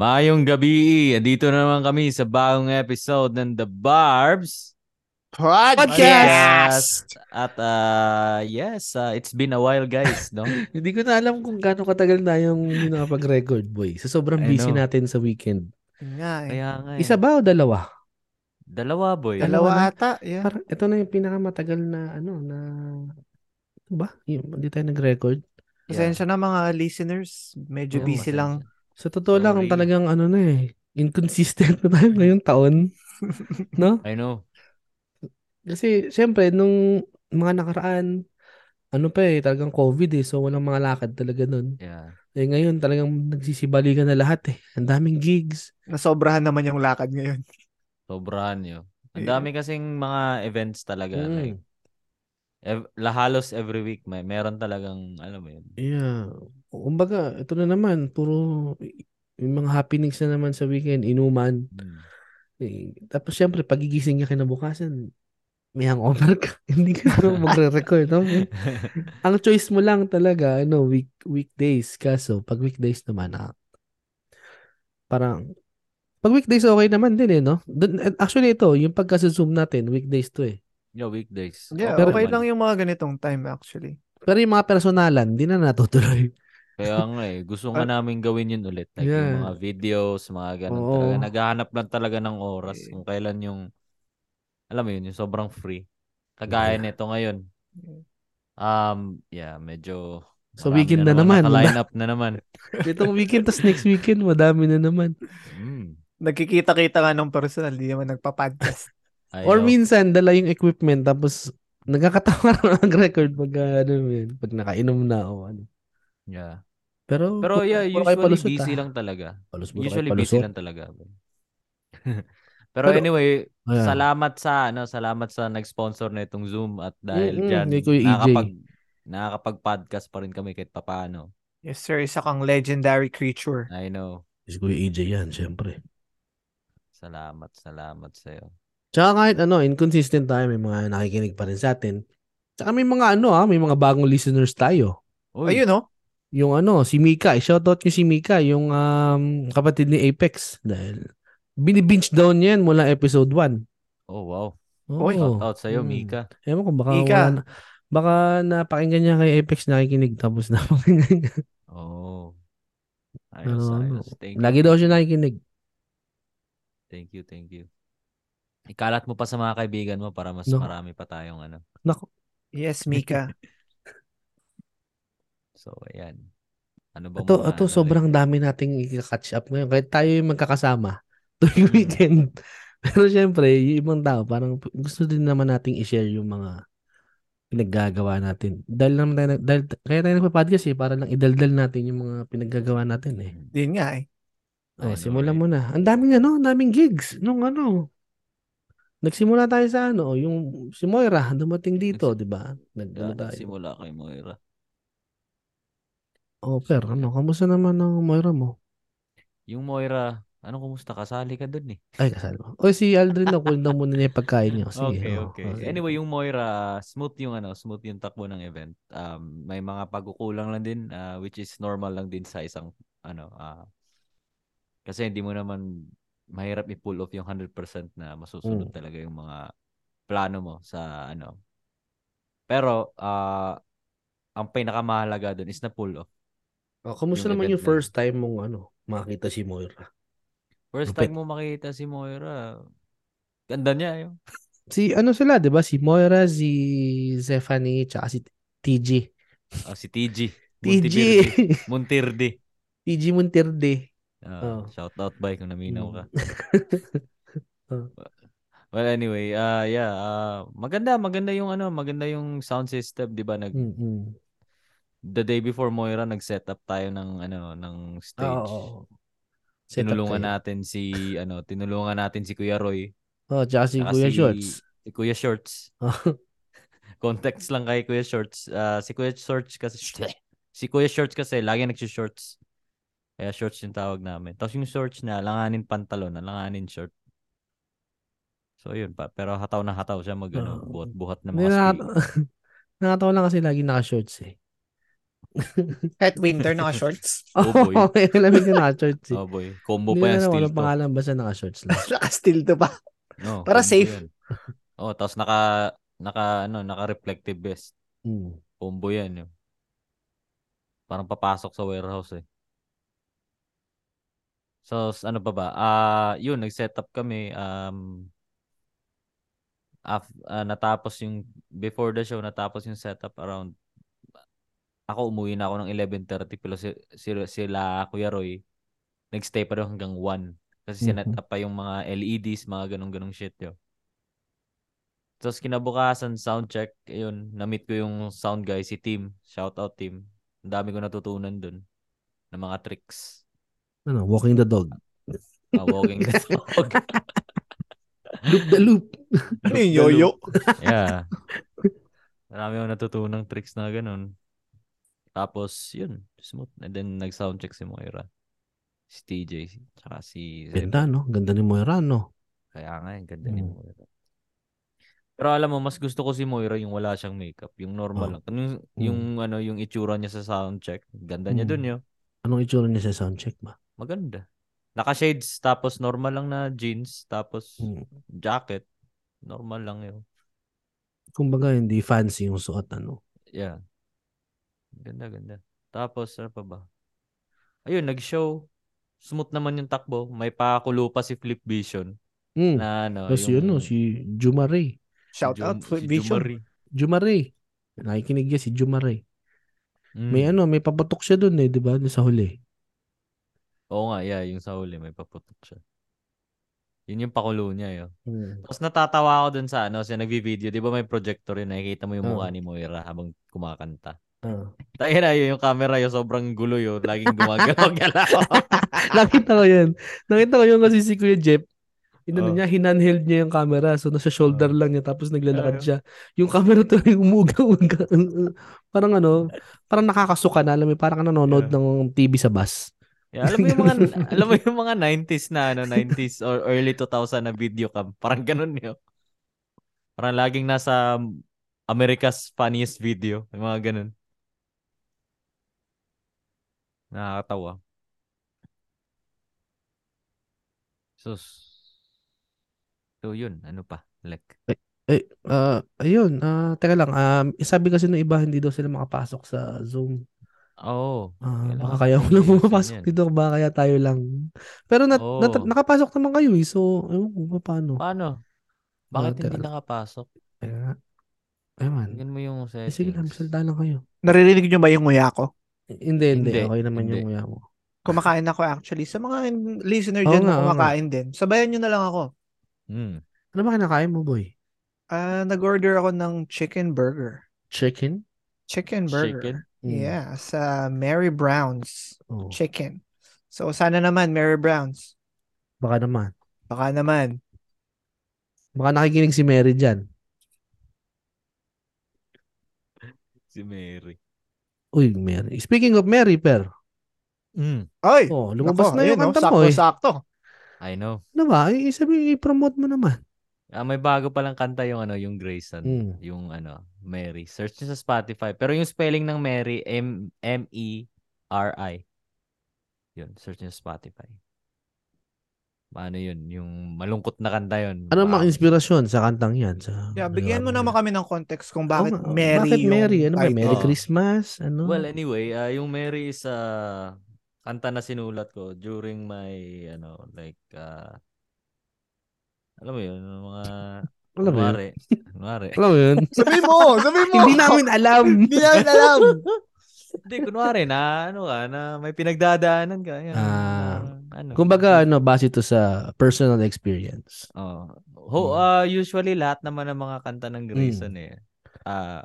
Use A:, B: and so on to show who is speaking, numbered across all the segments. A: Maayong gabi. Dito na naman kami sa bagong episode ng The Barbs.
B: Podcast!
A: At ah, yes, ah, it's been a while guys, no?
B: Hindi ko na alam kung gaano katagal na yung hindi nakapag-record, boy. Sa sobrang
A: I
B: busy
A: know.
B: natin sa weekend.
C: Nga eh.
A: Kaya nga. eh.
B: Isa ba o dalawa?
A: Dalawa boy.
B: Dalawa
C: Dalawa
B: na.
C: ata. Yeah.
B: Par- ito na yung pinakamatagal na, ano, na... Ano ba? Yung- Hindi tayo nag-record.
C: Pasensya na mga listeners. Medyo
B: Oo,
C: busy
A: pasensya.
C: lang.
B: Sa totoo lang,
A: Sorry.
B: talagang ano na eh. Inconsistent na tayo ngayong taon. no?
A: I know.
B: Kasi, syempre, nung mga nakaraan, ano pa eh, talagang COVID eh. So, walang mga lakad talaga nun.
A: Yeah.
B: Eh, ngayon, talagang nagsisibalikan na lahat eh. Ang daming gigs.
C: Nasobrahan naman yung lakad ngayon.
A: Sobrahan nyo. Ang
C: Eh.
A: dami kasing mga events talaga.
B: Mm.
A: Like, ev- la- halos every week may meron talagang alam mo yun.
B: Yeah. Kumbaga, ito na naman, puro yung mga happenings na naman sa weekend, inuman.
A: Mm.
B: Eh, tapos syempre, pagigising niya kinabukasan, may hangover ka. Hindi ka na magre-record. no? Ang choice mo lang talaga, ano, week, weekdays. Kaso, pag weekdays naman, ah, parang, pag weekdays okay naman din eh, no? Dun- Actually, ito, yung pagka-zoom natin, weekdays to eh.
A: yeah, weekdays.
C: Yeah,
B: Pero-
C: okay
A: naman.
C: lang yung mga ganitong time actually.
B: Pero yung mga personalan, di na natutuloy.
A: Kaya nga eh, gusto nga
C: Ah.
A: namin gawin yun ulit. Like
B: Yeah.
A: yung mga videos, mga ganun
B: Oo.
A: talaga. Naghahanap lang talaga ng oras
C: Eh.
A: kung kailan yung, alam mo yun, yung sobrang free. Kagaya
B: Yeah.
A: nito ngayon. Um, yeah, medyo...
B: So,
A: marami
B: weekend na naman.
A: Naka-line up na naman.
B: Itong weekend, tas next weekend, madami na naman.
A: Mm,
C: Nagkikita-kita nga ng personal. Di naman nagpa-podcast.
A: I
B: Or
A: know.
B: minsan, dala yung equipment tapos nagkakatawa na mag-record pag, uh, ano, yun, pag nakainom na o ano.
A: Yeah.
B: Pero,
A: Pero yeah,
B: puro kayo
A: usually
B: palusot,
A: busy
B: ah.
A: lang talaga.
B: Palus, puro kayo
A: Usually busy
B: palusot.
A: lang talaga. Pero
B: Pero-
A: anyway,
B: Ayan.
A: Salamat sa ano, salamat sa nag-sponsor na itong Zoom at dahil
B: Mm-mm,
A: diyan
B: kay Kuya E EJ.
A: nakakapag nakakapag-podcast pa rin kami kahit papaano.
C: yes sir, isa kang legendary creature.
A: I know.
B: Si Kuya EJ yan, syempre.
A: Salamat, salamat sa iyo.
B: Tsaka kahit ano, inconsistent tayo, may mga nakikinig pa rin sa atin. Tsaka may mga ano ah, may mga bagong listeners tayo.
A: Uy,
C: Ayun oh.
B: Yung ano, si Mika, shoutout nyo si Mika, yung um, kapatid ni Apex. Dahil binibinge down yan mula episode 1.
A: oh wow.
B: Oo.
C: Oy.
A: Shout out sa iyo,
B: Mm.
A: Mika.
B: Ewan ko, baka
C: Mika.
B: wala na- baka napakinggan niya kay Apex nakikinig tapos napakinggan niya.
A: Oh. Ayos,
B: Ano, ano.
A: ayos. Thank you.
B: Lagi daw siya nakikinig.
A: Thank you, thank you. Ikalat mo pa sa mga kaibigan mo para mas
B: No.
A: marami pa tayong ano.
C: Yes, Mika.
A: So, ayan. Ano ba
B: Ito, ito sobrang dami nating i-catch up ngayon. Kahit tayo yung magkakasama tuwing
A: Mm.
B: weekend. Pero syempre, yung ibang tao, parang p- gusto din naman nating i-share yung mga pinaggagawa natin. Dahil naman tayo, nag- dahil, kaya tayo nagpa-podcast eh, para lang idaldal natin yung mga pinaggagawa natin eh.
C: Din nga eh.
B: Oh,
A: I know,
B: simulan
A: right?
B: mo na. Ang daming ano, ang daming gigs nung ano. Nagsimula tayo sa ano, yung si Moira dumating dito, 'di ba? Nag ano tayo.
A: Simula kay Moira.
B: Oh, per, ano, kamusta naman ang Moira mo?
A: Yung Moira, ano kumusta? Kasali ka dun eh.
B: Ay, kasal mo. O si Aldrin na cool down muna niya yung pagkain niya. Sige,
A: okay,
B: oo,
A: okay.
B: oo, sige.
A: Anyway, yung Moira, smooth yung ano, smooth yung takbo ng event. Um, may mga pagkukulang lang din ah, which is normal lang din sa isang ano ah, kasi hindi mo naman mahirap i-pull off yung 100% na masusunod
B: Mm.
A: talaga yung mga plano mo sa ano. Pero ah, ang pinakamahalaga doon is na pull off.
B: Oh, kamusta
A: Yung
B: naman
A: event na
B: yung
A: yun.
B: first time mong ano, makita si Moira?
A: First
B: Lupit.
A: time mo makita si Moira, ganda niya yung
B: Si ano sila, 'di ba? Si Moira, si Stephanie, tsaka si TG.
A: ah, si TG.
B: TG.
A: Muntirdi. Muntirdi.
B: TG Muntirde.
A: Ah,
B: Oh. Hmm.
A: Shout out bye kung naminaw ka.
B: Oh.
A: Well anyway, ah yeah, ah, maganda maganda yung ano, maganda yung sound system, 'di ba? Nag
B: Mm.
A: the day before Moira nag-set up tayo ng ano, ng stage.
B: Oo. Set up
A: Tinulungan
B: kayo.
A: natin si ano, tinulungan natin si Kuya Roy,
B: Oh, tsaka si
A: tsaka
B: Kuya
A: si-
B: Shorts.
A: si Kuya Shorts. Context lang kay Kuya Shorts. Ah, si Kuya Shorts kasi si Kuya Shorts kasi lagi nagsi-shorts. Kaya shorts yung tawag namin. Tapos yung shorts na langanin pantalon, na langanin short. So yun pa, pero hataw na hataw siya mag ano,
B: Oo.
A: buhat-buhat ng
B: Hindi
A: mga
B: na
A: ski.
B: nakatawa lang kasi lagi naka-shorts eh.
C: Kahit winter, naka-shorts.
A: Oh, boy.
B: Oo, may kalamig na naka-shorts. Eh.
A: Oh boy, combo
B: Hindi
A: pa
B: na
A: yan
B: alam
A: still
B: anong
A: to.
B: pangalan basta naka-shorts lang.
C: Naka-still to pa.
A: No,
C: Para
A: combo
C: safe.
A: yan. Oh, tapos naka naka ano, naka-reflective vest.
B: Mm.
A: Combo yan. Yun. Parang papasok sa warehouse eh. So, s- ano pa ba? Ah, yun, nag-set up kami um af, ah, natapos yung before the show natapos yung setup around ako umuwi na ako ng 11:30 pero si, si- sila Kuya Roy nagstay pa daw hanggang 1 kasi
B: Mhm.
A: sinet up pa yung mga LEDs mga ganong ganong shit yo. Tapos kinabukasan sound check ayun na-meet ko yung sound guy si Tim shout out Tim ang dami ko natutunan dun ng mga tricks
B: Ano, walking the dog.
A: Ah, walking the dog.
B: Loop the loop.
C: Ano yung yoyo?
A: Yeah. Marami akong natutunang tricks na ganun. Tapos, yun. Smooth. And then, nag-soundcheck si Moira. Si TJ. Tsaka si Zeb.
B: Ganda, no? Ganda ni Moira, no?
A: Kaya nga, ang ganda ni
B: Mm.
A: Moira. Pero alam mo, mas gusto ko si Moira yung wala siyang makeup. Yung normal lang. Yung, yung, ano, yung itsura niya sa soundcheck. Ganda niya
B: Mm.
A: dun yun.
B: Anong itsura niya sa soundcheck ba?
A: Maganda. Naka-shades, tapos normal lang na jeans, tapos
B: Mm.
A: jacket. Normal lang yun.
B: Kumbaga, hindi fancy yung suot, ano?
A: Yeah. Ganda, ganda. Tapos, ano pa ba? Ayun, nag-show. Smooth naman yung takbo. May pakulo pa si Flip Vision.
B: Mm.
A: Na ano,
B: Tapos yun, no? Si Juma Ray.
C: Shout
A: Jum-
C: out, Flip
A: si
C: Vision.
A: Jumari.
B: Juma Ray. Nakikinig niya si Juma Ray.
A: Mm.
B: May ano, may papatok siya doon eh, di ba? Sa huli.
A: Oo nga, yeah. Yung sa huli, may paputok siya. Yun yung pakulo niya, yun.
B: Hmm.
A: Tapos natatawa ako dun sa ano, sa nagvi-video. Di ba may projector yun? Nakikita mo yung
B: Oo.
A: mukha ni Moira habang kumakanta.
B: Ah.
A: Tayo na yun, yung camera yun, sobrang gulo yun. Laging gumagalaw-galaw.
B: Nakita ko yun. Nakita ko yun kasi si Kuya Jeff,
A: Oh.
B: inano niya, hinanheld niya yung camera. So, nasa shoulder lang niya. Tapos naglalakad
C: Ah.
B: siya. Yung camera to umuga-uga. parang ano, parang nakakasuka na. Alam mo, parang nanonood ng TV sa bus.
A: Yeah, alam mo yung mga alam mo yung mga 90s na ano, 90s or early 2000 na video cam. Parang ganun 'yo. Parang laging nasa um, America's funniest video, yung mga ganun. Nakakatawa. Sus. So yun, ano pa? Like,
B: Eh, ah, ayun. ah, teka lang. Um, sabi kasi ng iba, hindi daw sila makapasok sa Zoom.
A: oh,
B: Ah,
A: Kailangan
B: baka kaya
A: pang
B: walang
A: ayusin
B: pumapasok
A: yan.
B: dito. Baka kaya tayo lang. Pero nat-
A: Oo.
B: nat- nakapasok naman kayo eh. So, ewan ko pa paano.
A: paano?
B: Ah,
A: Bakit
B: teka
A: hindi
B: lang.
A: nakapasok?
B: Teka nga. Ayun.
A: Tingnan mo yung
B: Eh,
A: settings.
B: sige lang, salita lang kayo.
C: Naririnig nyo ba yung nguya ko?
B: Hindi, hindi.
A: Hindi,
B: Okay naman
A: hindi.
B: yung kuya mo.
C: Kumakain ako actually. Sa mga listener
B: Oo
C: dyan na
B: nga, oo nga.
C: kumakain din, sabayan nyo na lang ako.
A: Hmm.
B: Ano ba kinakain mo, boy?
C: Ah, nag-order ako ng chicken burger.
B: Chicken?
A: Chicken?
C: Chicken burger.
B: Mm.
C: Yeah, sa Mary Brown's
B: Oh,
C: Chicken. So sana naman Mary Brown's.
B: baka naman.
C: Baka naman.
B: Baka nakikinig si Mary dyan.
A: Si Mary.
B: Uy, Mary. Speaking of Mary, per.
A: Mm.
C: Oy!
B: Oh, lumabas
C: Nako,
B: na yung
C: ayun, oh,
B: kanta mo eh.
C: Sakto-sakto.
A: I know.
B: Ano ba? Ay, sabi, i-promote mo naman.
A: Ah, may bago palang kanta yung ano, yung Grayson,
B: Mm.
A: yung ano, Mary. Search niyo sa Spotify. Pero yung spelling ng Mary, M M E R I. Yun, search niyo sa Spotify. Paano yun? Yung malungkot na kanta yun.
B: Ano mga
A: Baka-
B: inspirasyon sa kantang yan? Sa,
C: Yeah, bigyan mo
B: ano,
C: naman kami ng context kung bakit
B: Oo nga.
C: Mary
B: Bakit
C: yung
B: Mary? Ano ba?
C: title.
B: Merry
A: Oo.
B: Christmas? Ano?
A: Well, anyway, ah, yung Mary is ah, kanta na sinulat ko during my ano, like ah, alam mo yun, yung mga
B: Alam mo yun?
A: kunwari, kunwari.
B: Alam mo yun?
C: Sabihin mo! Sabihin mo!
B: Hindi namin alam.
C: Hindi namin alam!
A: Hindi, kunwari na, ano ka, na may pinagdadaanan ka. Yan,
B: Ah,
A: na, ano,
B: Kumbaga, ano, base to sa personal experience.
A: Oh. Ho,
B: Mm.
A: ah, usually lahat naman ng mga kanta ng
B: Hmm.
A: Grayson eh. Ah,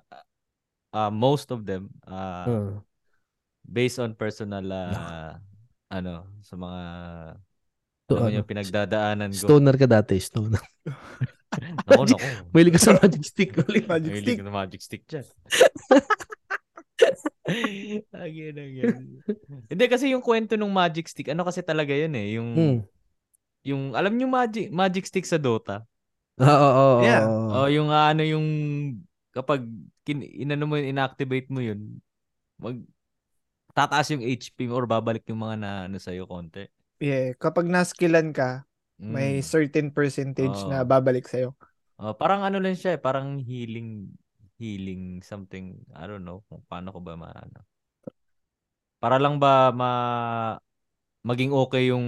A: ah, most of them ah,
B: Ah.
A: based on personal ah, ano sa mga
B: So,
A: alam mo
B: ano,
A: yung pinagdadaanan ko.
B: Stoner ka dati, stoner.
A: Nako, nako.
B: Mahilig ka sa magic stick. Mahilig
C: Magic
A: Mahilig
C: stick.
A: ka na magic stick dyan. Again, again. Hindi kasi yung kwento ng magic stick, ano kasi talaga yun eh, yung
B: Hmm.
A: yung alam niyo magic magic stick sa Dota.
B: Ah, Oo, oo, oo,
C: Yeah.
B: oo.
A: Oh, yung ah, ano yung kapag kin, inano mo yun, inactivate mo yun, mag tataas yung HP mo or babalik yung mga na ano sa'yo konti.
C: Yeah, kapag naskilan ka,
A: Mm.
C: may
B: Hmm.
C: certain percentage
A: Oo.
C: na
B: Ah.
C: babalik sa'yo.
A: Oh, parang ano lang siya eh, parang healing healing something, I don't know kung paano ko ba maano. Para lang ba ma maging okay yung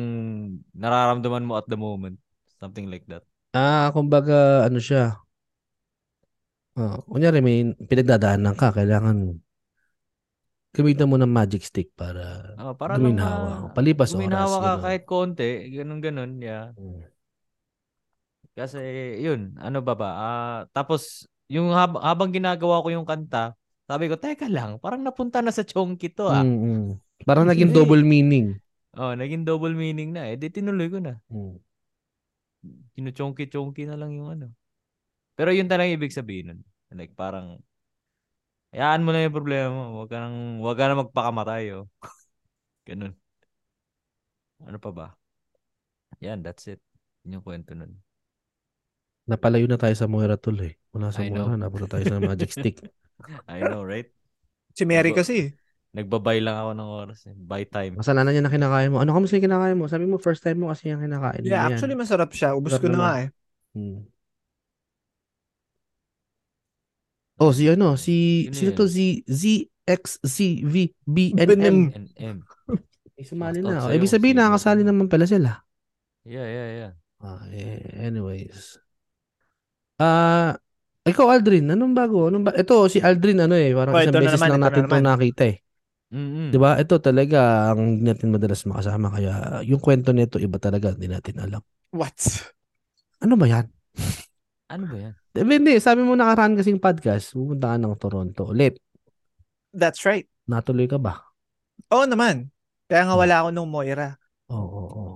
A: nararamdaman mo at the moment, something like that.
B: Ah, kumbaga, ano siya. Ah, kunyari, may pinagdadaanan ka, kailangan gamitan mo ng magic stick para
A: Oh, para lang
B: guminhawa.
A: ma-
B: Palipas
A: guminhawa
B: oras.
A: ka
B: ganun.
A: kahit konti, ganun ganun, yeah.
B: Mm.
A: Kasi yun, ano ba ba? Ah, tapos yung hab- habang ginagawa ko yung kanta, sabi ko, teka lang, parang napunta na sa chonky to ah.
B: Mm, mm. Parang naging
A: Hindi.
B: double meaning.
A: Oh, naging double meaning na eh. Di tinuloy ko na.
B: Mm.
A: kinuchonki-chonki na lang yung ano. Pero yun talaga yung ibig sabihin nun. Like parang, hayaan mo na yung problema mo. Huwag ka, nang, huwag ka na magpakamatay. Oh. Ganun. Ano pa ba? Yan, that's it. Yun yung kwento nun.
B: Napalayo na tayo sa Moira tuloy. Mula sa
A: I
B: Moira, napunta tayo sa magic stick.
A: I know, right?
C: Si Mary
A: Diba?
C: kasi.
A: Nagbabay lang ako ng oras. Eh. Buy time.
B: Masalanan niya na kinakain mo. Ano kamusta yung kinakain mo? Sabi mo, first time mo kasi yung kinakain. mo.
C: Yeah,
B: Ayan.
C: actually masarap siya. Ubus ko na
B: Ano Sarap naman.
C: nga eh.
B: Mm. Oh, si ano, si,
A: Yun eh. na
B: sino
A: yun.
B: to? Si ZXCVBNM.
C: Benem.
A: M&M.
B: Ay, sumali
A: Shoutout
B: na. Oh,
A: sa'yo,
B: Ibig sabihin,
A: sino
B: nakakasali
A: sino.
B: naman pala sila.
A: Yeah, yeah, yeah.
B: Ah, eh, anyways. Ah, ikaw Aldrin, anong bago? Anong ba? Ito si Aldrin ano eh, parang
C: Oh,
B: isang
C: ito na
B: beses
C: naman,
B: lang
C: ito na
B: natin 'to
C: naman.
B: nakita eh.
A: Hmm. Mm-mm.
B: 'Di ba? Ito talaga ang hindi natin madalas makasama kaya yung kwento nito iba talaga, hindi natin alam.
C: What?
B: Ano ba 'yan?
A: Ano ba yan?
B: Eh, Hindi, sabi mo nakaraan kasing podcast, pupunta ka ng Toronto ulit.
C: That's right.
B: Natuloy ka ba?
C: Oo naman. Kaya
A: Hmm.
C: nga wala ako nung Moira.
B: Oo, oo, oo.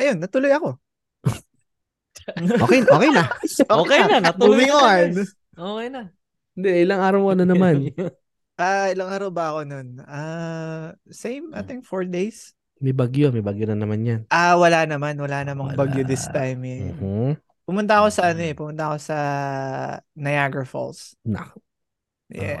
C: Ayun, natuloy ako.
B: Okay, okay na.
A: Okay na, natuloy
C: ah. Moving
A: na,
C: on.
A: guys. Okay na.
B: Hindi, ilang araw na naman.
C: Ah, ilang araw ba ako nun? Ah, same,
A: Hmm.
C: I think four days.
B: May bagyo, may bagyo na naman 'yan.
C: Ah, wala naman. Wala namang
B: Wala.
C: bagyo this time eh.
A: Hmm.
B: Mhm.
C: Pumunta ako sa ano
A: Mhm.
C: eh. Pumunta ako sa Niagara Falls.
B: Nako.
C: Yeah.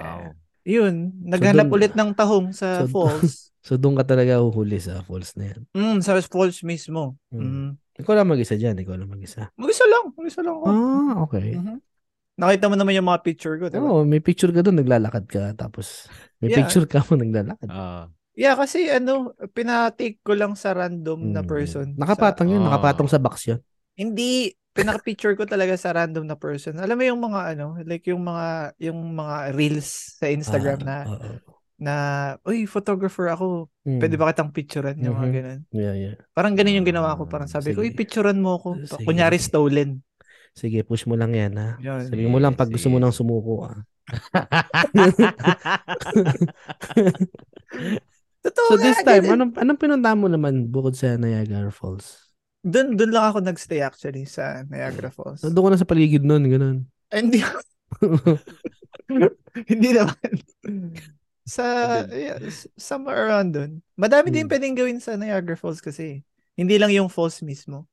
A: Oh, Wow.
C: Yun. Naghanap
B: dun-
C: ulit ng tahong sa
B: so-
C: falls.
B: So doon ka talaga huhuli sa falls na 'yan.
C: Mm, sa falls mismo.
B: Mm.
A: Hmm.
C: Mm.
B: Ikaw lang mag-isa dyan, ikaw lang mag-isa.
C: Mag-isa lang. Mag-isa lang ako.
B: Ah, okay.
C: Mhm. Nakita mo naman yung mga picture ko, diba?
B: Oo, may picture ka doon, naglalakad ka, tapos may
C: Yeah.
B: picture ka mo, naglalakad.
A: Ah,
C: Yeah, kasi ano, pinatake ko lang sa random na
B: Mm.
C: person. Sa-
B: Nakapatong
A: Ah.
B: yun, nakapatong sa box yun.
C: hindi, pinaka-picture ko talaga sa random na person. Alam mo yung mga ano, like yung mga yung mga reels sa Instagram na
B: Ah, oo.
C: na uy, photographer ako.
B: Mm.
C: Pwede ba kitang picturean yung mga
B: Mhm.
C: ganun?
B: Yeah, yeah.
C: Parang ganun yung ginawa ko. Parang
A: Ah,
C: sabi ko, uy,
B: sige.
C: picturean mo ako.
B: Sige.
C: Kunyari stolen.
B: Sige, push mo lang yan, ha?
C: Yun.
B: Sabi mo lang
A: Sige,
B: pag gusto mo
A: sige.
B: nang sumuko, ha?
C: Totoo
B: So this
C: nga,
B: time, ano?
C: ganun.
B: anong, anong pinunta mo naman bukod sa Niagara Falls?
C: Doon, doon lang ako nagstay actually sa Niagara Falls.
B: So, doon ka na sa paligid nun, ganun.
C: Ay, Eh, hindi hindi naman. sa, yeah, s- somewhere around dun. Madami din
B: Hmm.
C: pwedeng gawin sa Niagara Falls kasi. eh. Hindi lang yung falls mismo.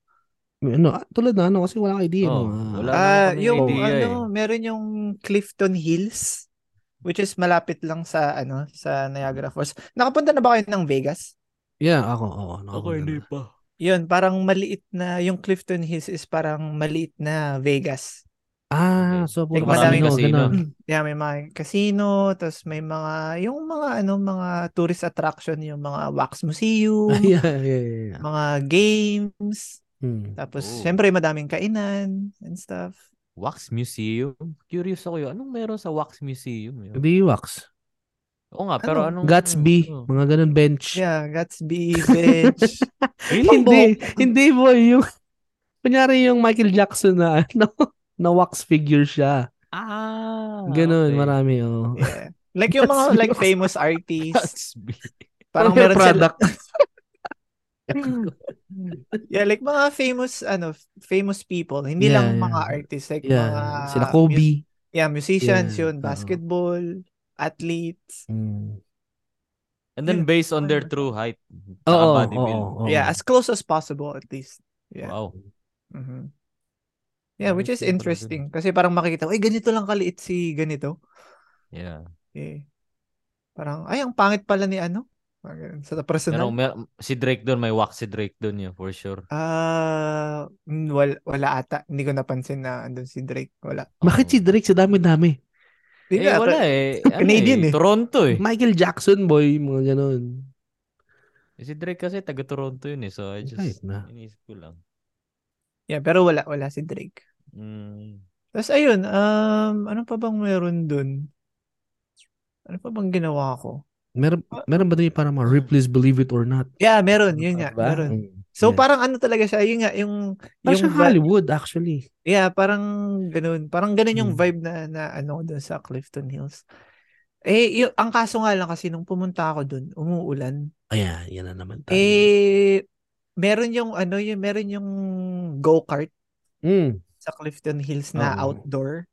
B: ano, ah, tulad na ano, kasi wala kang idea.
A: Oo,
B: no? Ah,
A: wala. naman
C: Ah,
A: kaming
C: yung
A: idea
C: ano, meron yung Clifton Hills which is malapit lang sa ano sa Niagara Falls. Nakapunta na ba kayo ng Vegas?
B: Yeah, ako, oo.
A: ako
B: nakapunta
A: hindi
B: na.
A: pa.
C: Yun, parang maliit na yung Clifton Hills is parang maliit na Vegas.
B: Ah, so
A: Like,
B: puro
C: madaming
B: casino,
A: casino.
B: ganun.
C: Yeah, may mga casino, tapos may mga yung mga ano mga tourist attraction, yung mga wax museum,
B: Ah, yeah, yeah, yeah, yeah.
C: mga games,
B: Hmm.
C: tapos
A: Oh.
C: syempre madaming kainan and stuff.
A: Wax Museum? Curious ako yun. Anong meron sa Wax Museum? Yun?
B: Beewax.
A: Oo nga, pero anong...
C: Ano?
B: Gatsby,
A: Oo.
B: mga ganun bench.
C: Yeah, Gatsby, Bench.
B: hindi, hindi boy, yung kunyari yung Michael Jackson na ano, na wax figure siya.
A: Ah,
B: Ganun,
A: okay.
B: marami oh.
C: Yeah. Like yung mga like famous artists,
A: Gatsby.
C: parang
B: Mga
C: meron sila,
B: product.
C: yeah, like mga famous ano, famous people, hindi
B: Yeah,
C: lang
B: yeah.
C: mga artists, like
B: yeah,
C: mga
B: sila
C: mus-
B: Kobe.
C: yeah, musicians
B: Yeah,
C: yun,
B: oo.
C: basketball, athletes.
B: Mm.
A: And then
C: Yun.
A: based on their true height.
B: Oo,
A: saka
B: oo,
A: body
B: oo,
A: build.
B: oo.
C: Yeah, as close as possible at least. Yeah.
A: Wow.
C: Mhm. Yeah, which
A: Ayos yun pala
C: is
A: dun.
C: interesting. Kasi parang makikita, ay, ganito lang kaliit si ganito.
A: Yeah.
C: Eh, Parang, ay, ang pangit pala ni ano. Parang ganun. Sa
A: Pero
C: personal.
A: mer- si Drake doon, may wax si Drake doon yun, for sure.
C: Ah, mm, wala, wala ata. Hindi ko napansin na andun si Drake. Wala.
B: Bakit si Drake sa dami-dami?
C: Hindi
A: Eh,
C: ata-
A: wala eh. Ano
C: Canadian eh.
A: Toronto eh.
B: Michael Jackson, boy, mga ganun.
A: Si Drake kasi taga Toronto yun eh. So I just,
B: Kahit na.
A: inisip ko lang.
C: Yeah, pero wala, wala si Drake.
A: Mm.
C: Tapos ayun, um, ano pa bang meron dun? Ano pa bang ginawa ko?
B: Meron, meron ba din yung parang mga Ripley's Believe It or Not?
C: Yeah, meron.
A: Ano
C: Yun nga,
B: Diba?
C: meron.
B: Mm.
C: So
B: Yeah.
C: parang ano talaga siya, yun nga, yung...
B: Parang
C: yung
B: siyang
C: ba-
B: Hollywood, actually.
C: Yeah, parang ganun. Parang ganun yung
B: Mm.
C: vibe na, na ano doon sa Clifton Hills. Eh, yung, ang kaso nga lang kasi nung pumunta ako doon, umuulan.
B: Ayan, yan na naman tayo.
C: Eh, meron yung ano, yung, meron yung go-kart
B: Mm.
C: sa Clifton Hills na
B: Oo.
C: outdoor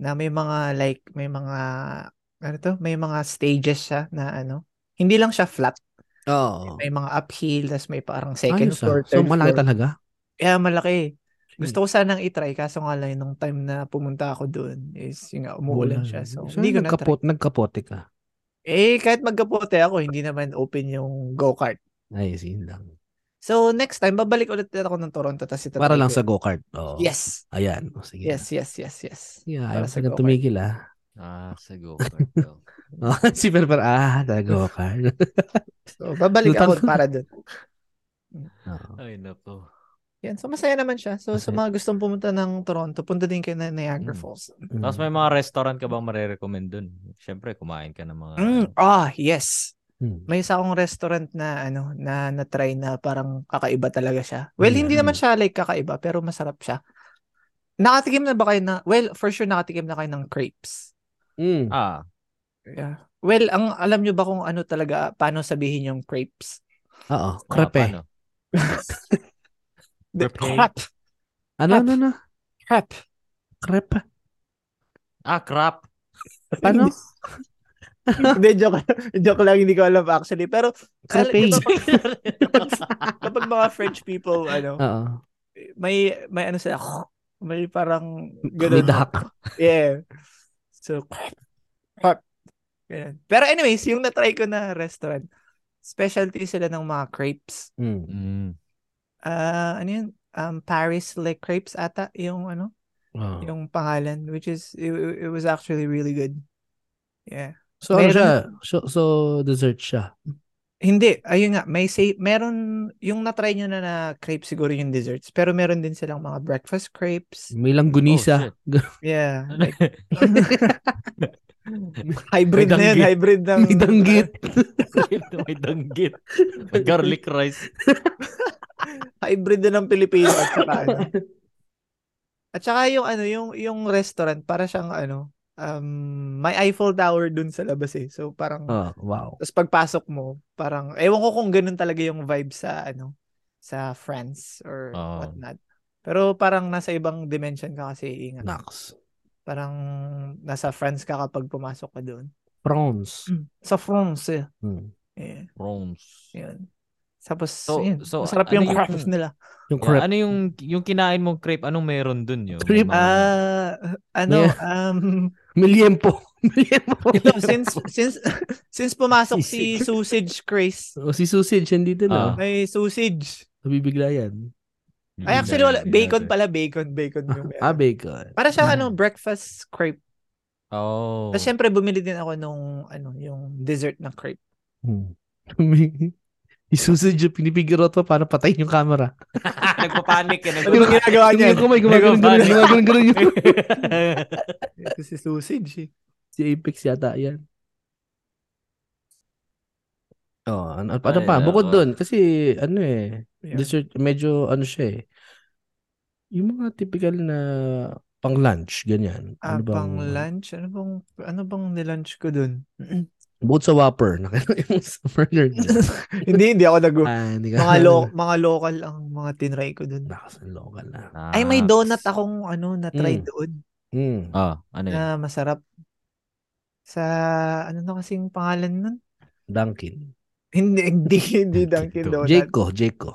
C: na may mga like may mga ano to, may mga stages siya na ano. Hindi lang siya flat,
B: Oo.
C: may mga uphill, tas may parang eh, second
B: Oh. Ayos ah.
C: floor,
B: So,
C: third
B: malaki
C: floor.
B: talaga?
C: Kaya malaki.
B: Hmm.
C: Gusto ko sanang itry kaso nga lang nung time na pumunta ako doon is yun nga umuulan
B: Wala.
C: siya. So,
B: So,
C: hindi ko na
B: nagkapot, nagkapote ka.
C: Eh kahit magkapote ako, hindi naman open yung go-kart.
B: Ay, yun lang.
C: So next time babalik ulit ako ng Toronto tapos itatry
B: Para lang
C: ko
B: sa go-kart. Oo.
C: Yes.
B: Ayan. O, sige.
C: Yes, yes, yes, yes.
B: Yeah,
C: Para
B: ayaw
C: sa
B: sa
C: go-kart.
B: tumigil ah.
A: Ah, sa go-kart daw.
B: Oh, si Perper, ah, talaga go-kart.
C: So babalik ako
B: Lutang.
C: para doon.
B: Oo.
A: Ay, nako.
C: Yan, so masaya naman siya. So sa
B: Masaya.
C: mga gustong pumunta ng Toronto, punta din kayo na Niagara
A: Mm.
C: Falls.
B: Mm.
A: Tapos may mga restaurant ka bang marirecommend doon? Siyempre, kumain ka ng mga...
C: Mm, ah, yes.
B: Mm.
C: May isa akong restaurant na ano, na na-try na parang kakaiba talaga siya. Well,
B: Mm.
C: hindi naman siya like kakaiba, pero masarap siya. Nakatikim na ba kayo na Well, for sure nakatikim na kayo ng crepes.
B: Mm.
A: Ah,
C: Yeah. Well, ang alam nyo ba kung ano talaga paano sabihin yung crepes?
B: Oo,
A: mga
B: crepe.
A: Ah, paano?
C: The-
A: Crepe.
C: Crap.
B: Ano, ano, ano?
C: Crap.
B: Crepe.
A: Ah, crap.
B: Paano?
C: Hindi, joke, joke lang, hindi ko alam actually. Pero alam-
B: Crepe.
C: di ba pag- kapag mga French people, ano,
B: Oo.
C: may, may ano sila, may parang,
B: May
C: ganun.
B: dahak.
C: Yeah. So, crap. Ganun. Pero anyways, yung na-try ko na restaurant, specialty sila ng mga crepes.
B: Mm.
A: mm.
C: Ah, ano yun? Um, Paris Le Crepes ata, yung ano,
B: Oo.
C: yung pangalan, which is, it, it was actually really good. Yeah.
B: So, ano
C: Meron-
B: siya? So, so, dessert siya.
C: Hindi, ayun nga, may say, meron, yung na-try nyo na na crepes siguro yung desserts, pero meron din silang mga breakfast crepes.
B: May
A: Oh,
B: langgunisa.
C: Yeah,
A: Ano?
C: hybrid na yun,
A: danggit.
C: hybrid ng...
B: May danggit.
A: May danggit. May garlic rice.
C: Hybrid na ng Pilipino at saka ano. At saka yung ano, yung, yung restaurant, para siyang ano, um, may Eiffel Tower dun sa labas eh. So parang,
B: Oh, wow.
C: tapos pagpasok mo, parang, ewan ko kung ganun talaga yung vibe sa ano, sa France or
A: Oo.
C: whatnot. Pero parang nasa ibang dimension ka kasi, ingat.
B: Nax.
C: Parang nasa France ka kapag pumasok ka doon.
B: Prawns.
C: Sa France eh.
B: Mm.
C: Yeah,
A: Roms.
C: yun. Tapos,
A: So-
C: yun.
A: so,
C: Masarap
A: ano
C: yung
A: yung-
C: crafts nila.
B: Yung
A: Yeah,
B: crepe.
A: ano yung yung kinain mong crepe? Anong meron dun yun?
B: Crepe?
A: Mga-
C: Ah, ano,
B: Yeah.
C: um,
B: Milyempo. Milyempo.
C: you know, since since since pumasok si
B: Sisig.
C: Sausage Chris,
B: O Oh, si Sausage, nandito
A: Ah.
B: na.
C: may sausage.
B: Nabibigla yan.
C: Ah. Ay, actually, wala.
A: Hindi
C: Bacon
A: natin.
C: pala. Bacon. Bacon yung meron.
B: Ah, bacon.
C: Para siyang ano, breakfast crepe.
A: Oh.
C: Tapos syempre, bumili din ako nung, ano, yung dessert na crepe.
B: Hmm. Yung sausage yung pinipigure out pa para patayin yung camera.
A: Nagpapanik eh.
C: Ano bang ginagawa niya?
B: Tingnan ko may gumagano'n
A: Nagpapanik.
B: gano'n gano'n gano'n yung
C: Ito si sausage eh.
B: si Apex yata yan. Oh, ano, ano
A: Ay,
B: pa? Bukod
A: nako.
B: doon kasi ano eh,
C: Yeah.
B: dessert medyo ano siya eh. Yung mga typical na pang lunch ganyan.
C: Ah,
B: Ano bang-
C: pang lunch? Ano bang, ano bang nilunch ko dun?
B: Bukod sa Whopper, nakita mo sa burger. nila.
C: hindi, hindi ako nag
B: ah, hindi ka.
C: mga, lo- mga local ang mga tinry ko dun.
B: Nakas- local na.
C: Ay, may donut akong ano, na-try
B: Mm.
C: doon
B: Mm.
A: Ah, ano yun?
C: na masarap. Sa, ano na kasing pangalan nun?
B: Dunkin.
C: Hindi, hindi, hindi Dunkin
A: Dunkin'
C: Donut.
B: Jeko, Jeko.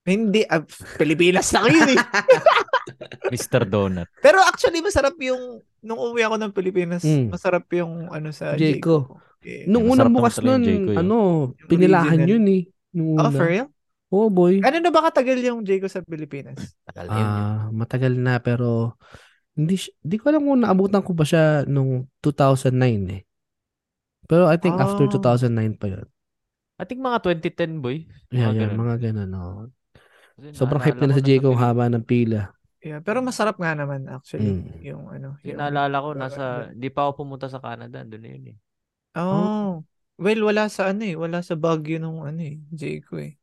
C: Hindi, ah, Pilipinas lang yun eh.
A: Mr. Donut.
C: Pero actually, masarap yung, nung umuwi ako ng Pilipinas,
B: Mm.
C: masarap yung ano sa
B: Jeko.
C: Eh,
B: Nung
A: Masarap
B: unang
A: naman
B: bukas
A: talaga yung
B: nun,
A: Jayco yun.
B: ano, pinilahan
C: original.
B: yun eh. Nung
C: oh,
B: una.
C: for real?
B: Oo, boy.
C: Ano na ba katagal yung Jayco sa Pilipinas?
A: Tagal na yun.
B: Ah, matagal na pero hindi si- hindi ko alam kung naabutan ko ba siya nung 2009 eh. Pero I think after
C: Ah.
B: 2009 pa yun.
A: I think mga 2010, boy.
B: Yeah,
A: Mga
B: yeah,
A: ganun.
B: mga ganun. oo.
A: Kasi
B: Sobrang hype
A: naalala
B: nila
A: ko
B: sa Jayco ang
A: sa
B: haba ng pila.
C: Yeah, pero masarap nga naman actually
B: Mm.
C: yung ano.
A: Pilipinas.
C: Yung,
A: Naalala ko, nasa,
C: ano?
A: di pa ako pumunta sa Canada. Doon na yun eh.
C: oh. Well, wala sa ano eh. Wala sa Baguio nung ano eh. Jayco eh.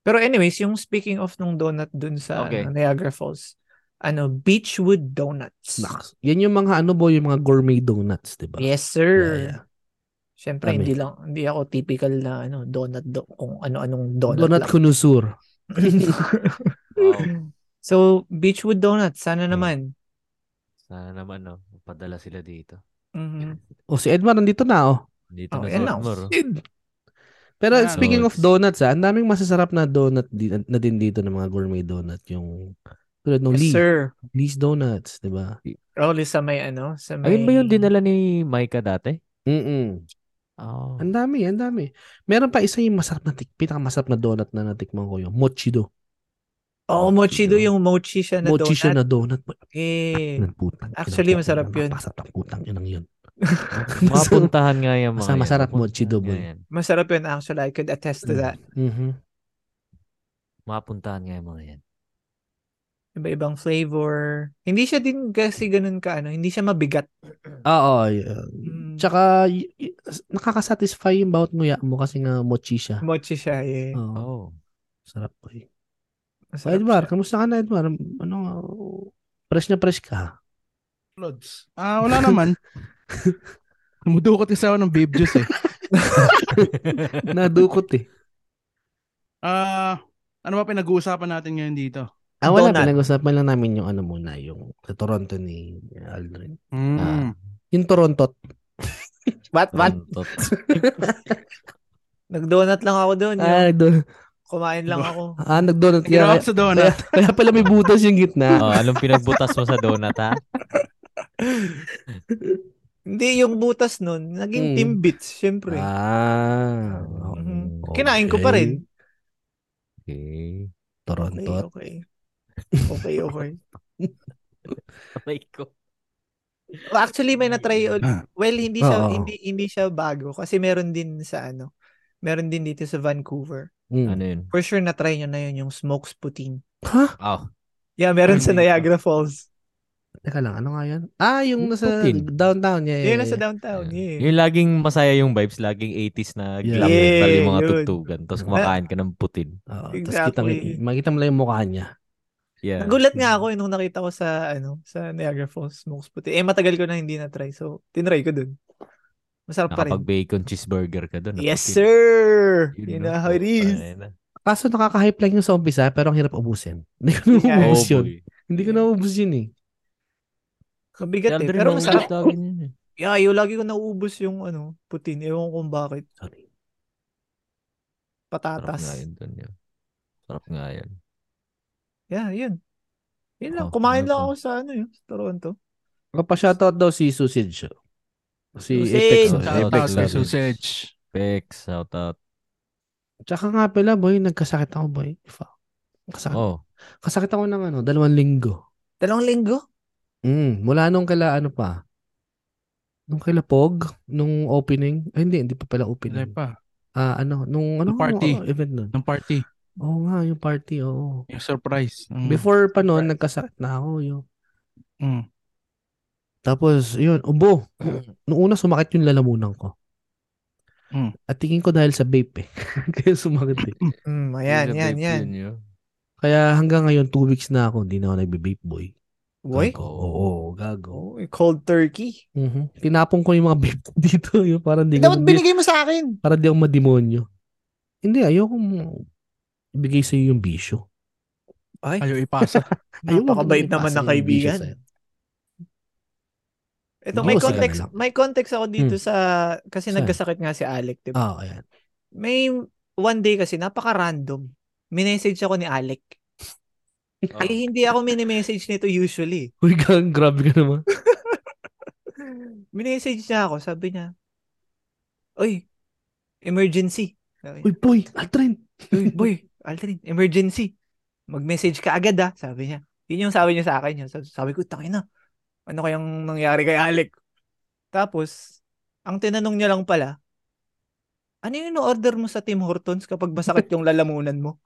C: Pero anyways, yung speaking of nung donut dun sa
A: Okay.
C: ano, Niagara Falls, ano, Beechwood Donuts.
B: Naks. Yan yung mga ano boy, yung mga gourmet donuts, 'di ba?
C: Yes,
B: Yeah,
C: sir.
B: yeah.
C: Siyempre,
B: Dami.
C: hindi lang, hindi ako typical na ano, donut, do, kung ano-anong donut,
B: Donut
C: lang.
B: connoisseur.
A: Wow.
C: so, Beechwood Donut, sana naman.
A: Sana naman, no. Padala sila dito.
C: Mhm.
B: O si Edmar nandito na oh.
A: Dito
C: Oh,
A: na
C: yan
A: sa
C: na.
A: Edmar. oh.
C: Sid.
B: Pero
C: Ah.
B: speaking of
A: Donuts.
B: donuts, ah, ang daming masasarap na donut di- na din dito ng mga gourmet donut yung tulad ng
C: Yes,
B: Lee,
C: sir.
B: Lee's Donuts, 'di ba?
C: Rolly sa may ano, sa may...
A: Ayun ba yun dinala ni Micah dati? Oh.
B: Mm.
A: Oo.
C: Ano?
B: Ang dami, ang dami. Meron pa isa yung masarap na tik, pinakamasarap na donut na natikman ko yung mochido.
C: Oh, mochi do yung mochi siya na
B: Mochi
C: donut.
B: siya na donut.
C: Eh,
B: Ng putang. ina,
C: Actually,
B: putang
C: masarap
B: ina,
C: yun.
B: Napakasarap ng putang inang yun.
A: Mga puntahan nga yan mga
B: Basta
A: yan.
B: masarap
A: Mga
B: mochi
A: puntahan
B: do,
A: nga
B: boy.
A: yan.
C: masarap yun actually. I could attest to that.
B: Mhm.
A: Mga puntahan nga yan mga yan.
C: Iba-ibang flavor. Hindi siya din kasi ganun ka, ano, hindi siya mabigat.
B: Oo. yeah.
C: Mm.
B: Tsaka, y- y- nakakasatisfy yung bawat nguya mo kasi nga mochi siya.
C: Mochi siya, eh.
B: Oo.
A: Oh.
B: Sarap po eh. Oh,
C: Masarap
B: Edmar,
C: siya.
B: kamusta ka na Edmar? Ano, uh, fresh na fresh ka.
D: Lods. Ah, wala naman. Mudukot kasi ako ng babe juice eh.
B: Nadukot eh.
D: Ah, ano ba pinag-uusapan natin ngayon dito?
B: Ah, wala,
C: Donut.
B: pinag-usapan lang namin yung ano muna, yung sa Toronto ni Aldrin.
A: Ah.
D: Mm.
B: Yung Toronto.
C: What, what?
A: Tontot.
C: Nag-donut lang ako doon. yun.
B: Ah, do-
C: Kumain lang ako.
B: ah nag-donut.
D: Ginawa
B: Kaya,
D: ko sa donut.
B: kaya pala may butas yung gitna.
A: Oh, anong pinagbutas mo sa donut ha?
C: Hindi, yung butas nun, naging
B: Mm.
C: team beats, syempre.
B: Ah.
C: Mhm.
B: okay.
C: Kinain ko pa rin.
A: Okay.
C: Okay,
B: Toronto.
C: okay. Okay, okay.
A: Aray ko.
C: Well, Actually, may na-try ul-
D: Ah.
C: Well, hindi siya,
B: Hmm. Oo.
C: hindi, hindi siya bago. Kasi meron din sa ano, meron din dito sa Vancouver.
B: Mm.
A: Ano yun?
C: For sure, na-try nyo na yun, yung smokes poutine.
A: Oh.
C: Yeah, meron sa
D: Ano yun?
C: Niagara Falls.
B: Teka lang, ano nga yan? Ah,
A: Yung
B: yung nasa
A: Putin.
B: downtown.
A: Eh,
B: Yeah, yeah,
C: Yun, nasa
B: yeah.
C: downtown. Yeah.
A: Yung laging masaya yung vibes, laging 80s na
B: Yeah.
A: glam metal yung mga
C: eh. Yeah, yun.
A: tugtugan. Tapos kumakain ka ng putin.
B: Oo,
C: Exactly.
B: Oh, Tapos kita, makita mo lang yung mukha niya.
A: Yeah.
C: Nagulat nga ako eh, nung nakita ko sa ano, sa Niagara Falls smokes poutine. Eh, matagal ko na hindi na-try. So, tinry ko dun. Masarap pa rin.
A: Nakapag-bacon cheeseburger ka doon.
C: Yes, sir! You know how it is.
B: Kaso nakaka-hype lang yung sa umpisa, pero ang hirap ubusin. Hindi ko na
C: Yeah.
A: Oh,
B: ubus yun.
A: boy.
B: Hindi ko na ubus yun eh.
C: Mabigat eh, pero masarap.
A: Yun, eh.
C: Yeah, yung lagi ko nauubos yung ano, putin. Ewan ko bakit.
B: Sorry.
A: Sarap nga
C: Patatas.
A: yun dun, yun. Sarap nga yun.
C: Yeah, yun. Yun lang.
A: Oh,
C: Kumain
A: ano
C: lang
A: to?
C: ako sa ano yun, sa Toronto.
B: Kapashoutout daw si Sausage. Si
C: Sausage!
B: Apex. oh,
A: Shoutout
B: Apex
D: Tapos may
A: Sausage.
B: Lovers.
D: sausage.
A: Pex, shout out.
B: Tsaka nga pala, boy, nagkasakit ako, boy. Fuck.
C: Ah,
B: Kasakit,
A: Oh,
B: kasakit ako ng ano, dalawang linggo.
C: Dalawang linggo?
B: Mm, mula nung kaila ano pa? Nung kaila Pog, nung opening. Ay, hindi, hindi pa pala
D: Hindi
B: opening.
D: pa.
B: Ah, ano, nung ano
D: Nung party.
B: oo, event nun.
D: Ng party.
B: Oo nga, yung party, oo.
D: Yung surprise. Mm.
B: Before pa noon, nagkasakit na ako. Yun.
D: Mm.
B: Tapos, yun, ubo. Nung una, sumakit yung lalamunan ko.
C: Hmm.
D: Mm.
B: At tingin ko dahil sa vape eh. Kaya sumakit eh.
C: Mm, ayan,
A: yun,
C: yan,
A: babe,
C: yan.
A: yun, yun.
B: Kaya hanggang ngayon, two weeks na ako, hindi na ako nagbe-vape boy.
C: Uy,
B: Gago. Oo, gago.
C: oh, cold turkey.
B: Mhm. Tinapon ko yung mga vape ko dito. Yung parang di ko,
C: Dapat Mm-hmm. binigay mo sa akin.
B: para di ako mademonyo. Hindi, ayokong ibigay sa'yo yung bisyo.
C: Ay,
D: Ayaw ipasa.
B: Ayoko
C: Napakabait
B: ipasa
C: naman ng
B: yung bisyo
C: kaibigan.
B: sa'yo.
C: ito may
B: hindi ko sila
C: context,
B: alam.
C: may context ako dito sa kasi
B: Saan? Ah.
C: nagkasakit nga si Alec, 'di ba?
B: Oo, ayan.
C: May one day kasi napaka-random. Minessage ako ni Alec.
A: Oh.
C: Eh, hindi ako mini-message nito usually.
B: Uy, gang, grabe ka naman.
C: minessage niya ako, sabi niya, Oy, emergency. Sabi niya.
B: Uy, boy, Aldrin.
C: Uy, boy, Aldrin, emergency. Mag-message ka agad ah, sabi niya. Yun yung sabi niya sa akin. Yun. Sabi, sabi ko, takay na. Ano kayang nangyari kay Alec? Tapos, ang tinanong niya lang pala, ano yung order mo sa Tim Hortons kapag masakit yung lalamunan mo?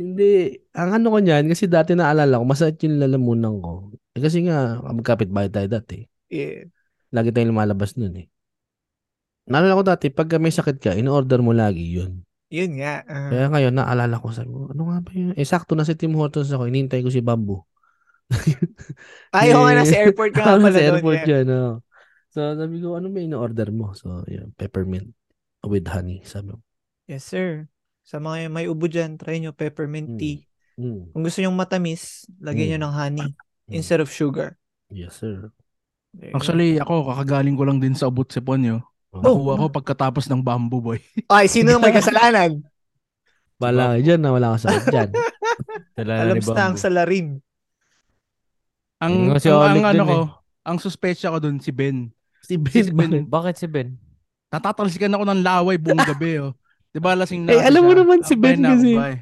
B: Hindi. Ang ano ko niyan, kasi dati naalala ko, masakit yung lalamunan ko. Eh, kasi nga, magkapit bahay tayo dati.
C: Yeah.
B: Lagi tayong lumalabas nun eh. Naalala ko dati, pag may sakit ka, in-order mo lagi yun.
C: Yun nga. ah.
B: Kaya ngayon, naalala ko, sabi ko, ano nga ba yun? Eh, sakto na si Tim Hortons ako, inintay ko si Bamboo.
C: Ay, oo nga,
B: Yeah.
C: nasa airport ka nga
B: Ako
C: pala
B: sa
C: doon,
B: airport
C: yeah.
B: yun, oo. So, sabi ko, ano ba in-order mo? So, yun, peppermint with honey, sabi ko.
C: Yes, sir. Sa mga may ubo dyan, try nyo peppermint
B: Mm.
C: tea.
B: Mm,
C: Kung gusto nyong matamis, lagyan
B: Mm.
C: nyo ng honey
B: Mm.
C: instead of sugar.
B: yes, sir.
C: There you go.
D: Actually, ako, kakagaling ko lang din sa abot seponyo.
B: Oh,
D: Nakuha ko pagkatapos ng Bamboo Boy.
C: Oh! Ay, sino ang may kasalanan?
B: Bala ka dyan na wala ka sakit dyan. Ah,
A: Dala na ni
C: Alamsta ang
A: Bamboo.
C: salarin.
D: Ang,
A: Yun nga si
D: ang,
A: Alec
D: ang
A: dun
D: ano
A: eh.
D: ko, ang suspecha ko dun si Ben.
B: si
D: Si
B: Ben,
D: Ben,
A: Bakit si Ben?
D: natatalsikan ako ng laway buong gabi. Oh. Di ba lasing na
B: Eh,
D: ako
B: alam mo
D: siya.
B: naman si
D: Abay
B: Ben
D: na ako,
B: kasi.
D: bay.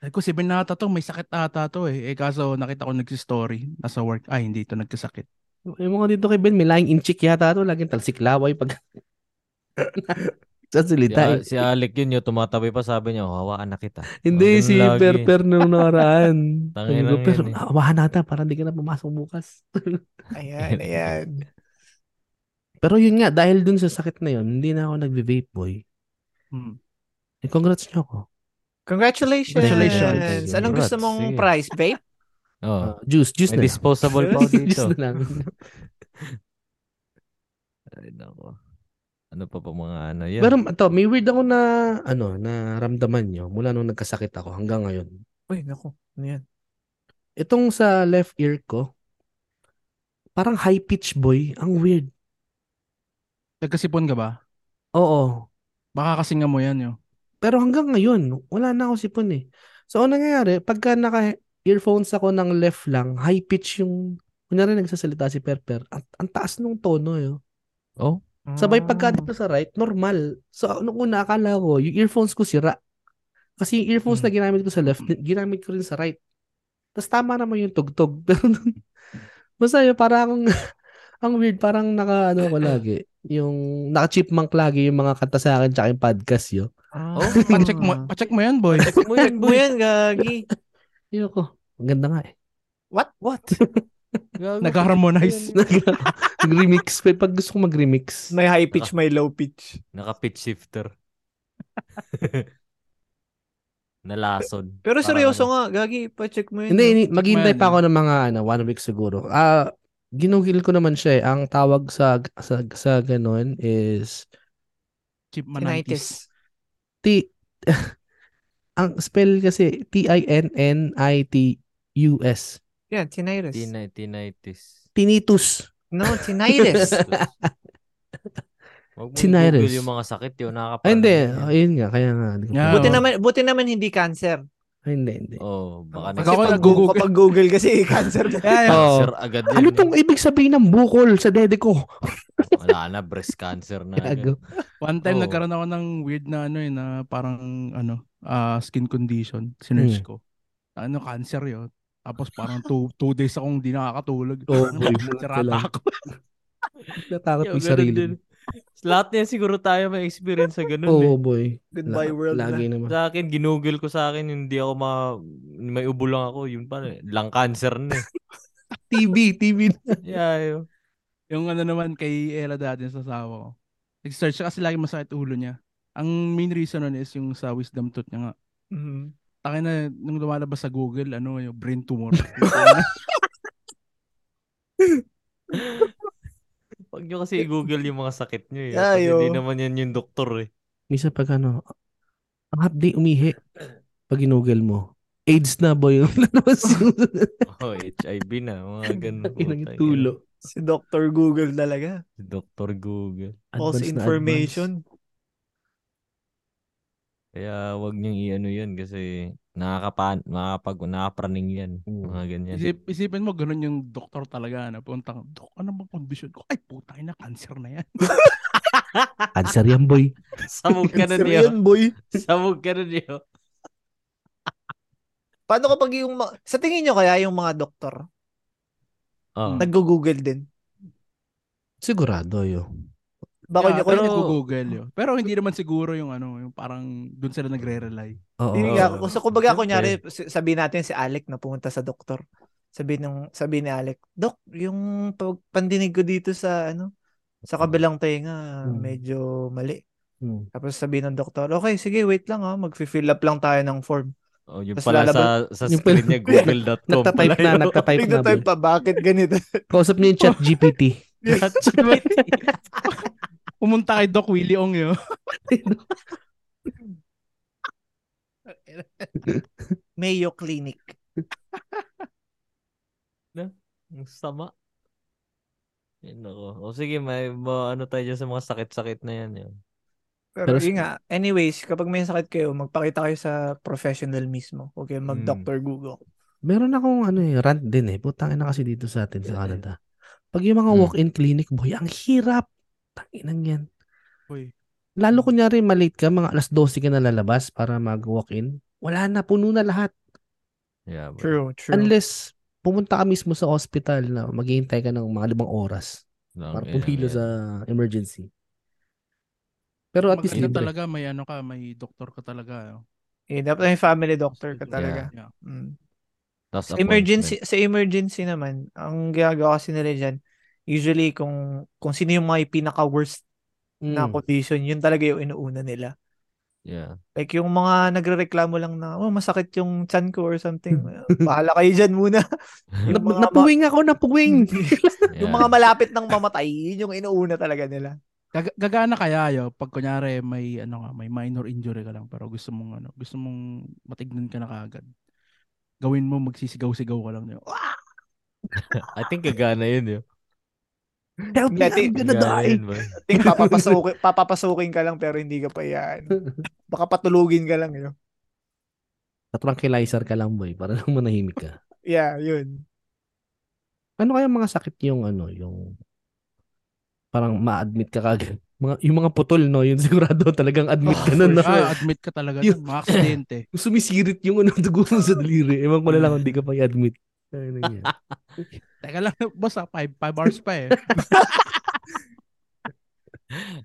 D: Sabi ko, si Ben ata to, may sakit ata to eh. Eh, kaso nakita ko nagsistory, nasa work. Ay, hindi to nagkasakit.
B: Yung mga dito kay Ben, may lying in cheek yata ito. Laging talsik laway pag... Sa
A: Si,
B: salita. eh.
A: si Alec yun yung tumatabi pa sabi niya, "Oh, hawaan na kita.
B: Hindi,
A: Ganun
B: si
A: lagi.
B: Perper nung nakaraan.
A: Tangin
B: Sabi ko,
A: lang
B: pero
A: yan eh."
B: nakabahan nata para hindi ka na pumasok bukas.
C: Ayan, ayan.
B: pero yun nga, dahil dun sa sakit na yun, hindi na ako nagbe-vape boy.
D: Hmm.
B: Eh, congrats nyo ako.
C: Congratulations.
D: Congratulations.
C: Anong gusto
A: Congrats,
C: mong
A: sige.
C: prize, babe?
A: Oh,
B: Ah, juice, juice
A: may
B: na lang.
A: disposable pa ako dito.
B: juice na lang.
A: Ay, nako. Ano pa pa mga ano yan?
B: pero ito, may weird ako na, ano, na ramdaman nyo mula nung nagkasakit ako hanggang ngayon.
C: Uy, naku. Ano yan?
B: Itong sa left ear ko, parang high pitch boy. Ang weird.
D: Nagkasipon ka ba?
B: Oo.
D: Baka kasi nga mo yan yo.
B: Pero hanggang ngayon, wala na ako sipon eh. So, ang nangyayari, pagka naka-earphones ako ng left lang, high pitch yung, kunyari nagsasalita si Perper, ang, ang taas nung tono eh.
A: Oh,
B: Sabay pagka dito sa right, normal. So, nung una, akala ko, yung earphones ko sira. Kasi yung earphones
D: Mm.
B: na ginamit ko sa left, ginamit ko rin sa right. Tapos tama naman yung tugtog. Pero nung, masaya, parang, ang weird, parang naka, ano ko lagi, yung naka-chipmunk lagi yung mga kanta sa akin tsaka yung podcast yo.
C: Ah.
D: Oh, pacheck mo, pacheck mo yan, boy.
A: check mo
C: Check mo yan, Gagi.
B: Yo ko. Ang ganda nga eh.
C: What? What?
D: Nag-harmonize.
B: Nag-remix. Pero eh. Pag gusto ko mag-remix.
C: May high pitch, may low pitch.
A: Naka-pitch shifter. Nalason.
C: Pero
A: Parang
C: seryoso
A: ano.
C: nga, Gagi, pa-check mo yun.
B: Hindi,
C: no?
B: ini- maghintay
D: mo yan,
B: pa ako ng mga ano, one week siguro. Ah, ginugil ko naman siya eh. Ang tawag sa sa, sa ganun is
D: Chip manitis.
C: Tinnitus.
B: T ang spell kasi T I N N I T U S.
C: Yan, tinnitus.
A: Tinay, tinnitus.
B: Tinnitus.
C: No, tinnitus.
A: Huwag mo
B: Tinnitus.
A: i-google yung mga sakit yun. Nakakaparanoid.
B: Ay, hindi.
A: yan.
B: Ayun nga. Kaya nga. hindi ko-
D: Yeah,
C: buti
D: Oo.
C: naman, buti naman hindi cancer.
B: Ay, hindi, hindi.
A: Oh, baka na.
C: Kasi
D: Ako
C: pag,
D: nag-google.
C: Google, kapag Google kasi cancer na.
D: Yeah, yeah.
B: Oh.
A: Cancer agad yun.
B: Ano
A: eh.
B: tong ibig sabihin ng bukol sa dede ko?
A: Wala na, breast cancer na. agad.
B: Gago.
D: One time
A: Oo.
D: nagkaroon ako ng weird na ano eh, na parang ano, ah, skin condition. Sinerge
B: Hmm.
D: ko. Ano, cancer yun. Tapos parang two, two days akong di nakakatulog.
B: Oo,
D: Ano,
B: boy.
D: Magsirata ako.
B: Natakot
A: Yo,
B: yung
A: ganun
B: sarili.
A: din. Lahat niya siguro tayo may experience sa ganun
B: Oo,
A: eh.
B: Oh, boy.
C: Goodbye
B: La-
C: world
B: Lagi naman.
A: Sa akin, ginugol ko sa akin, hindi ako ma... May ubo lang ako. Yun pa, lang cancer na eh.
B: TV, TV.
A: Yeah, yun.
D: Yung ano naman kay Ella dati sa asawa ko. Nag-search siya kasi lagi masakit ulo niya. Ang main reason nun is yung sa wisdom tooth niya nga.
C: na. Mhm.
D: Takin na nung lumalabas sa Google, ano, yung brain tumor.
A: Huwag nyo kasi i-google yung mga sakit nyo eh.
C: Yeah,
A: Kasi
C: yo.
A: hindi naman yan yung doktor eh.
B: Misa pag ano, ang hapdi umihi. Pag ginugel mo, AIDS na boy. Yung lalabas yung
A: Oh, HIV na. Mga ganun.
B: Ang
A: putang
B: tulo.
C: Si Dr. Google talaga.
A: ina. Si Dr. Google.
C: False
B: Advance na
C: information.
A: Kaya wag niyong i-ano yun kasi Nakakapan, nakakapag, nakapraning yan.
B: Mm.
C: Hmm.
A: Mga ganyan.
D: Isip, isipin mo, ganun yung doktor talaga. Ano, puntang, dok, ano bang condition ko? Ay, putay na, cancer na yan.
B: Answer yan, boy.
A: Sabog ka na
C: Sir,
A: niyo.
C: yun, boy.
A: Sabog ka na niyo.
C: Paano kapag yung... ma- Sa tingin nyo kaya yung mga doktor,
A: Oh.
C: nag-google din?
B: Sigurado yun.
C: Baka nyo
D: Yeah,
C: ko
D: pero
A: pero-
D: nag-google yun. Pero hindi naman siguro yung ano, yung parang doon sila nagre-rely.
B: Oo.
C: Hindi nga ako. So, kumbaga,
A: Siyempre.
C: kunyari, s- sabihin natin si Alec na pumunta sa doktor. Sabihin, ng, sabihin ni Alec, Dok, yung pag- pandinig ko dito sa, ano, sa kabilang tenga,
B: Mm.
C: medyo mali.
B: Mm.
C: Tapos sabihin ng doktor, okay, sige, wait lang ha, mag-fill up lang tayo ng form.
A: Oh, yung
C: Tapos
A: pala
C: lalaban-
A: sa, sa
B: Yung
A: screen niya,
B: pala-
A: google.com. pala
B: Nagtatype na,
A: yun.
B: nagtatype na.
C: Tignan tayo
B: boy.
C: pa, bakit ganito?
B: Kausap niya yung chat GPT.
A: ChatGPT.
D: Pumunta kay Doc Willie Ong yun.
C: Mayo Clinic.
A: Ang sama. Yan ako. O sige, may ma- ano tayo dyan sa mga sakit-sakit na yan. Yun.
C: Pero,
B: Pero-
C: yun nga, anyways, kapag may sakit kayo, magpakita kayo sa professional mismo. Huwag kayong
A: Mm.
C: mag-doctor Google.
B: Meron akong ano eh, rant din eh. Putang ina kasi dito sa atin sa
A: Yan eh.
B: Canada. Pag yung mga
A: Hmm.
B: walk-in clinic, boy, ang hirap. Tanginang yan.
D: Uy,
B: Lalo kunyari malate ka, mga alas 12 ka na lalabas para mag-walk-in. Wala na, puno na lahat.
A: Yeah, boy.
C: True, true.
B: Unless pumunta ka mismo sa hospital na maghihintay ka ng mga limang oras
A: Lang,
B: para
A: yan,
C: ah.
B: pumilo
A: yan.
B: sa emergency. Pero at least
D: maganda
B: libre.
D: talaga, may ano ka, may doktor ka talaga. Ano.
C: Eh, dapat may family doctor ka talaga.
D: Yeah.
C: Mm.
A: Tapos
C: Sa emergency, sa emergency naman, ang ginagawa kasi nila dyan, usually kung kung sino yung mga pinaka-worst na
B: Mm.
C: condition, yun talaga yung inuuna nila.
A: appointment. Yeah.
C: Like yung mga nagrereklamo lang na, oh, masakit yung chan ko or something. Bahala kayo dyan muna. mga
B: Nap-
C: ma-
B: napuwing ako, napuwing!
C: yung mga malapit ng mamatay, yun yung inuuna talaga nila.
D: Gag- gagana kaya yo pag kunyari may ano ka, may minor injury ka lang pero gusto mong ano, gusto mong matignan ka na kaagad. Gawin mo magsisigaw-sigaw ka lang. Yo. Ah!
A: I think gagana yun. Yun.
B: Help me,
C: Ngati.
B: I'm gonna
A: Gagana
B: die!
A: yun, boy.
C: Think papapasukin, papapasukin ka lang pero hindi ka pa yan. Baka patulugin ka lang. eh. Yun.
B: Tranquilizer ka lang, boy, para lang manahimik ka.
C: Yeah, yun.
B: Ano kaya mga sakit yung ano, yung parang ma-admit ka kagad? Mga, yung mga putol, no? Yun sigurado talagang admit ka na,
D: For
B: no?
D: sure, Ah, admit ka talaga
B: Yun.
D: ng mga aksidente.
B: Sumisirit yung ano, dugo mo sa daliri. Ewan ko na lang kung di ka pa i-admit. Ayun na yan.
D: Teka lang, basta 5 5 hours pa eh.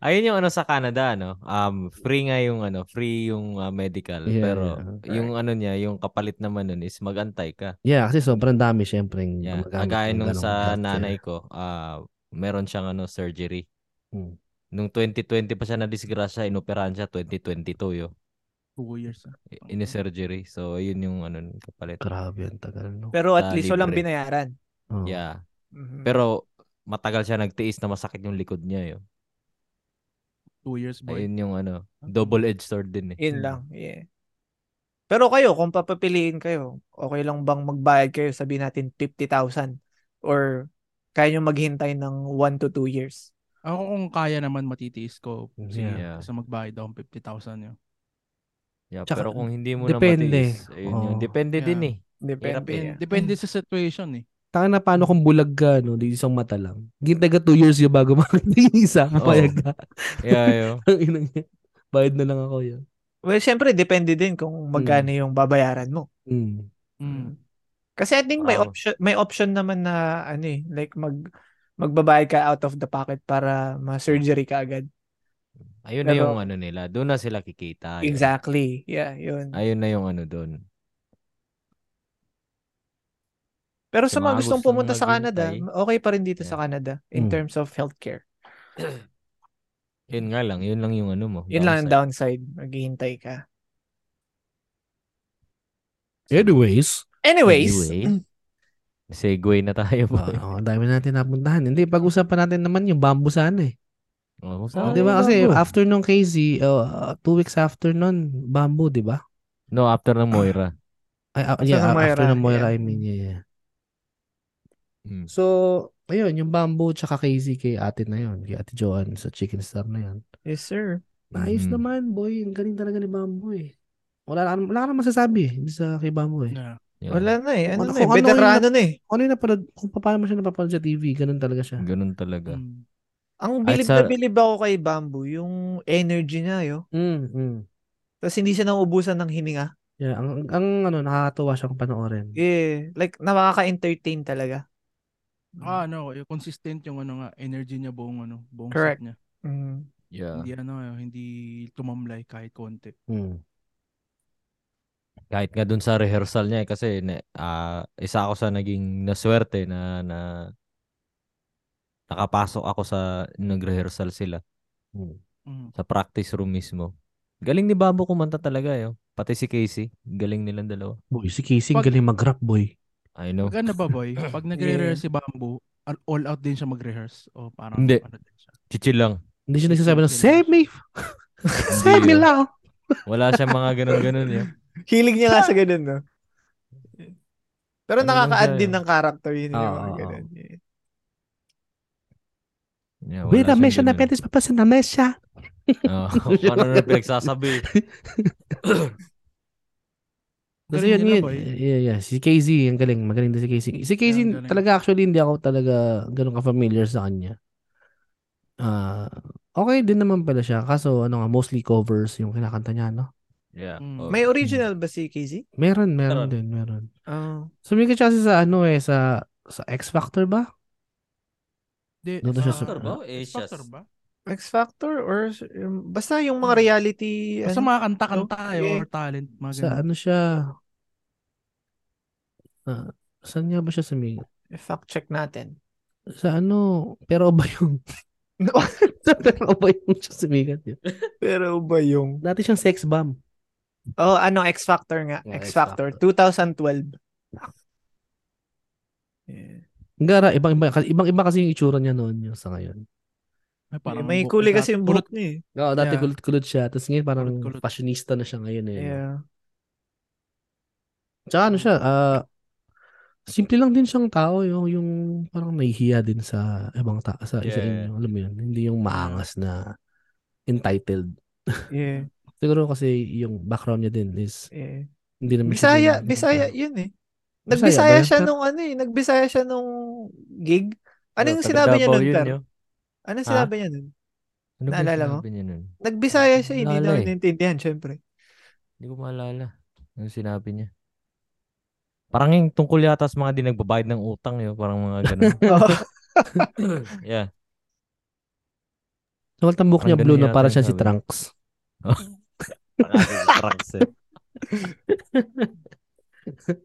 A: Ayun yung ano sa Canada, ano? Um, free nga yung ano, free yung ah, medical.
B: Yeah,
A: pero
B: yeah.
A: yung ano niya, yung kapalit naman nun is magantay ka.
B: Yeah, kasi sobrang dami syempre yung
A: Yeah.
B: gumagamit
A: Agaya
B: ng
A: nung
B: ganong
A: sa
B: healthcare.
A: nanay ko, ah meron siyang ano, surgery.
B: Hmm.
A: Nung 2020 pa siya na-disgrasya, inoperahan siya 2022 yo.
D: 2 years. ah.
A: Ini-surgery. So, yun yung ano, nun, kapalit.
B: Grabe ang tagal, no?
C: Pero at
A: Ah,
C: least walang
A: libre.
C: binayaran.
B: Oh.
A: Yeah.
C: Mhm.
A: Pero matagal siya nagtiis na masakit yung likod niya yo.
D: 2 years boy.
A: Ayun yung ano, double-edged sword din eh.
C: Yun lang, yeah. Pero kayo, kung papapiliin kayo, okay lang bang magbayad kayo, sabihin natin 50,000 or kaya nyo maghintay ng 1 to 2 years?
D: Ako kung kaya naman matitiis ko. Sige,
A: Yeah.
D: basta magbayad ako ng 50,000 yun.
A: Yeah,
B: Tsaka,
A: pero kung hindi mo
B: depende.
A: na
B: Oh.
A: matiis, ayun yun.
B: Oo.
A: Depende
D: Yeah.
A: din eh.
C: Depende.
A: Hirap
D: Depende,
C: Yeah.
D: depende sa situation eh.
B: Taka na paano kung bulag ka, no? Di isang mata lang. Gintay ka 2 years yun bago makita yung isa. Papayag ka.
A: eh. Yeah, yo.
B: Ang ina niya. Bayad na lang ako yun.
C: Well, syempre, depende din kung magkano yung babayaran mo.
B: Mm.
D: Mm.
C: Kasi I think may
A: Wow.
C: option may option naman na ano eh, like mag magbabayad ka out of the pocket para ma-surgery ka agad.
A: Ayun na
C: Pero-
A: yung ano nila. Doon na sila kikita. yun.
C: Exactly. Yeah, yun.
A: Ayun na yung ano doon.
C: Pero
A: Sa
C: sa mga
A: mga
C: gustong
A: gustong
C: pumunta sa Canada,
A: maghintay.
C: okay pa rin dito
A: Yeah.
C: sa Canada in
B: Mm.
C: terms of healthcare.
A: Yun nga lang. Yun lang yung ano mo.
C: Yun lang ang
A: downside.
C: downside. Maghihintay ka.
B: Anyways,
C: Anyways,
A: Anyway, segue na tayo ba?
B: ah, ang dami natin napuntahan. Hindi, pag-usapan natin naman yung bambu sana eh.
A: Oh,
B: Oh,
A: saan
B: di
A: yung
B: ba? Kasi
A: bamboo?
B: after nung Casey, uh, two weeks after nun, bambu, di ba?
A: No, after ng Moira.
B: Ay, ah,
C: After
B: yeah,
C: ng
B: after
C: Moira,
B: ng Moira,
C: yeah.
B: I mean, yeah, yeah.
A: Mm.
B: So, ayun, yung bamboo tsaka Casey kay ate na yun, kay ate Joanne sa Chicken Star na yun.
C: yes sir.
B: Nice
A: Mhm.
B: naman, boy. Ang galing talaga ni Bamboo eh. Wala na, wala ka na masasabi eh, dun sa kiba mo eh.
D: Yeah.
A: Yun.
C: Wala na eh. Ano
B: Ano
C: na eh.
B: kung ano yung
C: Veterano na eh.
B: Kung ano yung napanood, kung paano mo siya napapanood sa TV, ganun talaga siya.
A: Ganun
C: Hmm.
A: talaga.
D: Mm.
C: Ang
A: At
C: bilib
A: sa-
C: na bilib ako kay Bamboo, yung energy niya, yo.
B: Mm, mm.
C: Tapos hindi siya nauubusan ng hininga.
B: Yeah, ang, ang ano, nakakatuwa siyang panoorin.
C: Yeah. Eh, Like, nakaka-entertain talaga.
D: Ah, ano, eh, consistent yung ano nga, energy niya buong ano, buong
C: Correct.
D: set niya.
C: Mm.
A: Yeah.
D: Hindi ano, eh, hindi tumamlay kahit konti.
B: Mm.
A: Kahit nga dun sa rehearsal niya eh, kasi na, ah, isa ako sa naging naswerte na, na nakapasok ako sa nag-rehearsal sila
B: Mm.
D: Mm.
A: sa practice room mismo. Galing ni Babo kumanta talaga yo. Pati si Casey, galing nilang dalawa.
B: Boy, si Casey,
D: Pag-
B: galing mag-rap, boy.
A: I know.
D: Pag ano ba, boy? Pag nagre-rehearse si Bamboo, al- all out din siya mag-rehearse. O parang
A: Hindi.
D: ano din siya.
A: Chichil lang.
B: Hindi siya nagsasabi ng,
D: Hindi.
B: save me! save me
A: yo.
B: lang!
A: Wala siya mga ganun-ganun yo.
C: Hilig niya nga sa ganun, no? Pero
A: Ano lang
C: nakaka-add
A: siya,
C: din
A: eh.
C: ng character yun. yung
A: Oo,
C: mga
A: oo,
C: ganun. Yeah.
A: Yeah, wala
B: Wait, na
A: siyang
B: mesya na
A: ganun.
B: petis, papasin na mesya!
A: Oo, kung ano na pinagsasabi.
B: Kasi
D: Galing
B: yun,
D: nila,
B: yun.
D: boy.
B: Yeah, yeah. Si Casey, ang galing. Magaling din si Casey. Si Casey,
D: ang galing.
B: talaga actually, hindi ako talaga ganun ka-familiar sa kanya. Ah, okay din naman pala siya. Kaso, ano nga, mostly covers yung kinakanta niya, no?
A: Yeah.
B: Hmm.
A: oh. oo.
D: Mm.
C: May ano original ba si KZ?
B: Meron, meron
A: Meron.
B: din, meron.
C: Oh.
B: Sumikat siya kasi sa ano eh, sa sa X Factor ba?
D: Hindi,
B: Doon siya
D: ah,
A: Factor ba? Eh,
D: X Factor
A: siyas.
D: ba?
C: X Factor or um, basta yung mga reality
D: Basta
C: ano,
D: mga kanta-kanta eh,
C: Yeah.
D: or talent. Mga
B: Sa
D: ganun.
B: ano siya? Ah, saan nga ba siya sumikat?
C: fact check natin.
B: Sa ano? Pero ba yung? sa pero ba yung siya sumikat yun?
C: Pero ba yung
B: Dati siyang sex bomb.
C: Oh, ano X Factor nga.
A: Yeah, X
C: X Factor
A: Factor.
C: 2012. Yeah.
B: Gara, ibang iba, ibang iba kasi yung itsura niya noon yung sa ngayon.
D: Ay, parang
C: may
D: bu-
C: kulay
D: isa-
C: kasi yung
D: puro
C: buhok niya. eh.
B: Oo, dati
D: Yeah.
B: kulot-kulot siya. Tapos ngayon parang
D: Kulot-kulot.
B: fashionista na siya ngayon eh.
C: Yeah.
B: Tsaka ano siya, ah, simple lang din siyang tao yung, yung parang nahihiya din sa ibang ta sa isa
A: Yeah.
B: inyo. Alam mo yun, hindi yung maangas na entitled.
C: Yeah.
B: Siguro kasi yung background niya din is
C: yeah.
B: hindi naman siya
C: Bisaya,
B: din-
C: Bisaya 'yun eh.
B: Bisaya
C: Nagbisaya
B: ba?
C: siya
B: Pero-
C: nung ano eh, nagbisaya siya nung gig. Ano
A: Oh,
C: yung
A: taga
C: sinabi niya
A: Davao
C: nun,
A: yun,
C: Tar?
A: yo.
C: Ano
A: Ha?
C: sinabi niya nun?
A: Ano ba yung
C: Naalala mo?
A: sinabi niya nun?
C: Nagbisaya siya, hindi
A: Lala
C: na
A: eh.
C: naintindihan, syempre.
A: Hindi ko maalala. Ano sinabi niya? Parang yung tungkol yata sa mga di nagbabayad ng utang yo. Parang mga ganun.
C: Oo.
A: yeah.
B: Sa so, tambok niya
A: Ang
B: blue
A: ganun
B: na
A: yata
B: para
A: yung
B: siya si
A: sabi.
B: Trunks.
A: Trunks, Trunks eh.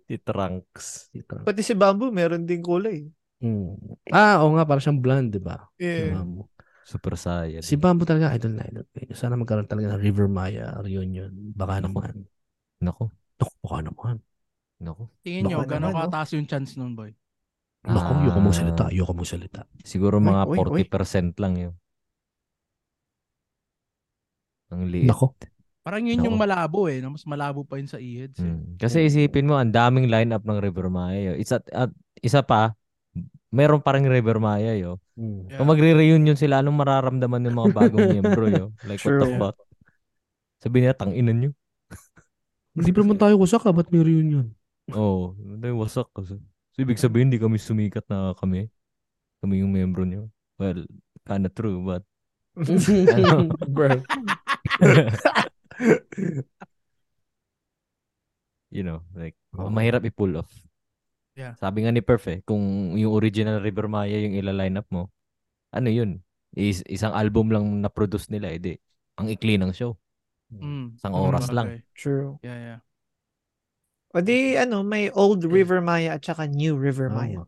A: Si Trunks.
B: Si Trunks.
C: Pati si Bamboo meron ding kulay.
B: Mm. Ah, oo nga, para siyang blonde, di ba? Si
C: Yeah.
B: Bamboo.
A: Super Saiyan.
B: Si Bamboo talaga, idol na idol. ko. Sana magkaroon talaga ng River Maya reunion. Baka naman.
A: Nako.
B: Naku, baka naman.
A: Nako.
D: Tingin nyo,
C: Baka
D: gano'ng
C: naman, no?
D: kataas yung chance nun, boy?
B: Naku,
A: Ah.
B: ayoko mong salita. Ayoko mong salita.
A: Siguro
C: Uy,
A: mga
C: uy, uy.
A: 40% lang yun. Ang liit.
B: Naku.
D: Parang yun yung
A: Nako.
D: malabo eh. no? Mas malabo pa yun sa EHEDS. Eh.
A: Mm. Kasi isipin mo, ang daming lineup ng River Maya. Yo. Isa, at isa pa, meron pa rin River Maya. Yo.
B: Mm.
D: Yeah.
A: Kung magre-reunion sila, anong mararamdaman ng mga bagong miyembro? Yo? Like, what the
C: True.
A: fuck? Sabi niya, tanginan nyo.
B: Hindi pa naman tayo kusak ha, ba't may reunion?
A: Oo. Oh, tayo wasak kasi. So, ibig sabihin, hindi kami sumikat na kami. Kami yung membro niyo. Well, kinda true, but...
B: Ano? Bro.
A: you know, like,
B: Oo.
A: mahirap i-pull off.
D: Yeah.
A: Sabi nga ni Perf eh, kung yung original River Maya yung ila-line up mo, ano yun? Is- isang album lang na-produce nila, edi. Ang ikli ng show.
D: Mm.
A: Isang oras lang.
D: Bagay.
C: True.
D: Yeah, yeah.
C: O di, ano, may old River Maya at saka new
A: Oh
C: River Maya.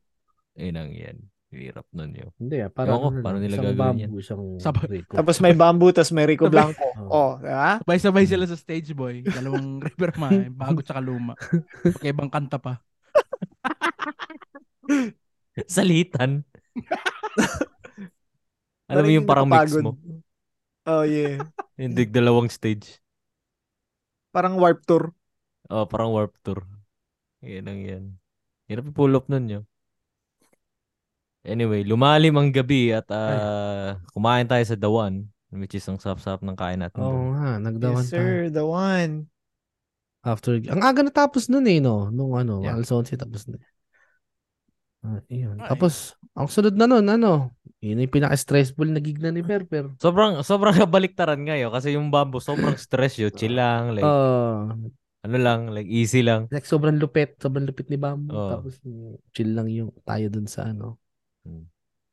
A: Yun ang yan. Hirap nun yun.
B: Hindi ah,
A: Ewan ko,
B: parang ano lang,
A: paano nila
B: isang
A: gagawin yan?
B: bamboo, isang
D: Sab-
B: rico.
C: Tapos may bamboo, tapos may Rico
D: Sabay-
C: Blanco.
B: Oo.
C: Oh, di ba?
D: Sabay-sabay sila sa stage, boy. Dalawang river mine, bago tsaka luma. Pagkaibang kanta pa.
A: Salitan. Alam mo yung parang mix
C: nakapagod.
A: mo.
C: Oh, yeah.
A: Yung dig- dalawang stage.
C: Parang warp tour.
A: Oh, parang warp tour. Yan ang yan. Hirap i-pull up nun yun. Anyway, lumalim ang gabi at ah, kumain tayo sa Dawan, which is ang sap-sap ng kain natin.
B: Oo
A: doon.
B: nga, nagdawan
C: Yes, sir. The one.
B: After, ang aga natapos nun eh, no? Nung ano,
A: Yeah.
B: alas 11 tapos na. Ah, yun.
D: Ay.
B: Tapos, ang sunod na nun, ano, yun yung pinaka-stressful na gig na ni Berber.
A: Sobrang, sobrang kabaliktaran ngayon kasi yung bamboo, sobrang stress yun. Chill lang, like,
B: Ah,
A: ano lang, like, easy lang.
B: like, sobrang lupit, sobrang lupit ni Bamboo.
A: Oo.
B: Tapos, mm, chill lang yung tayo dun sa ano.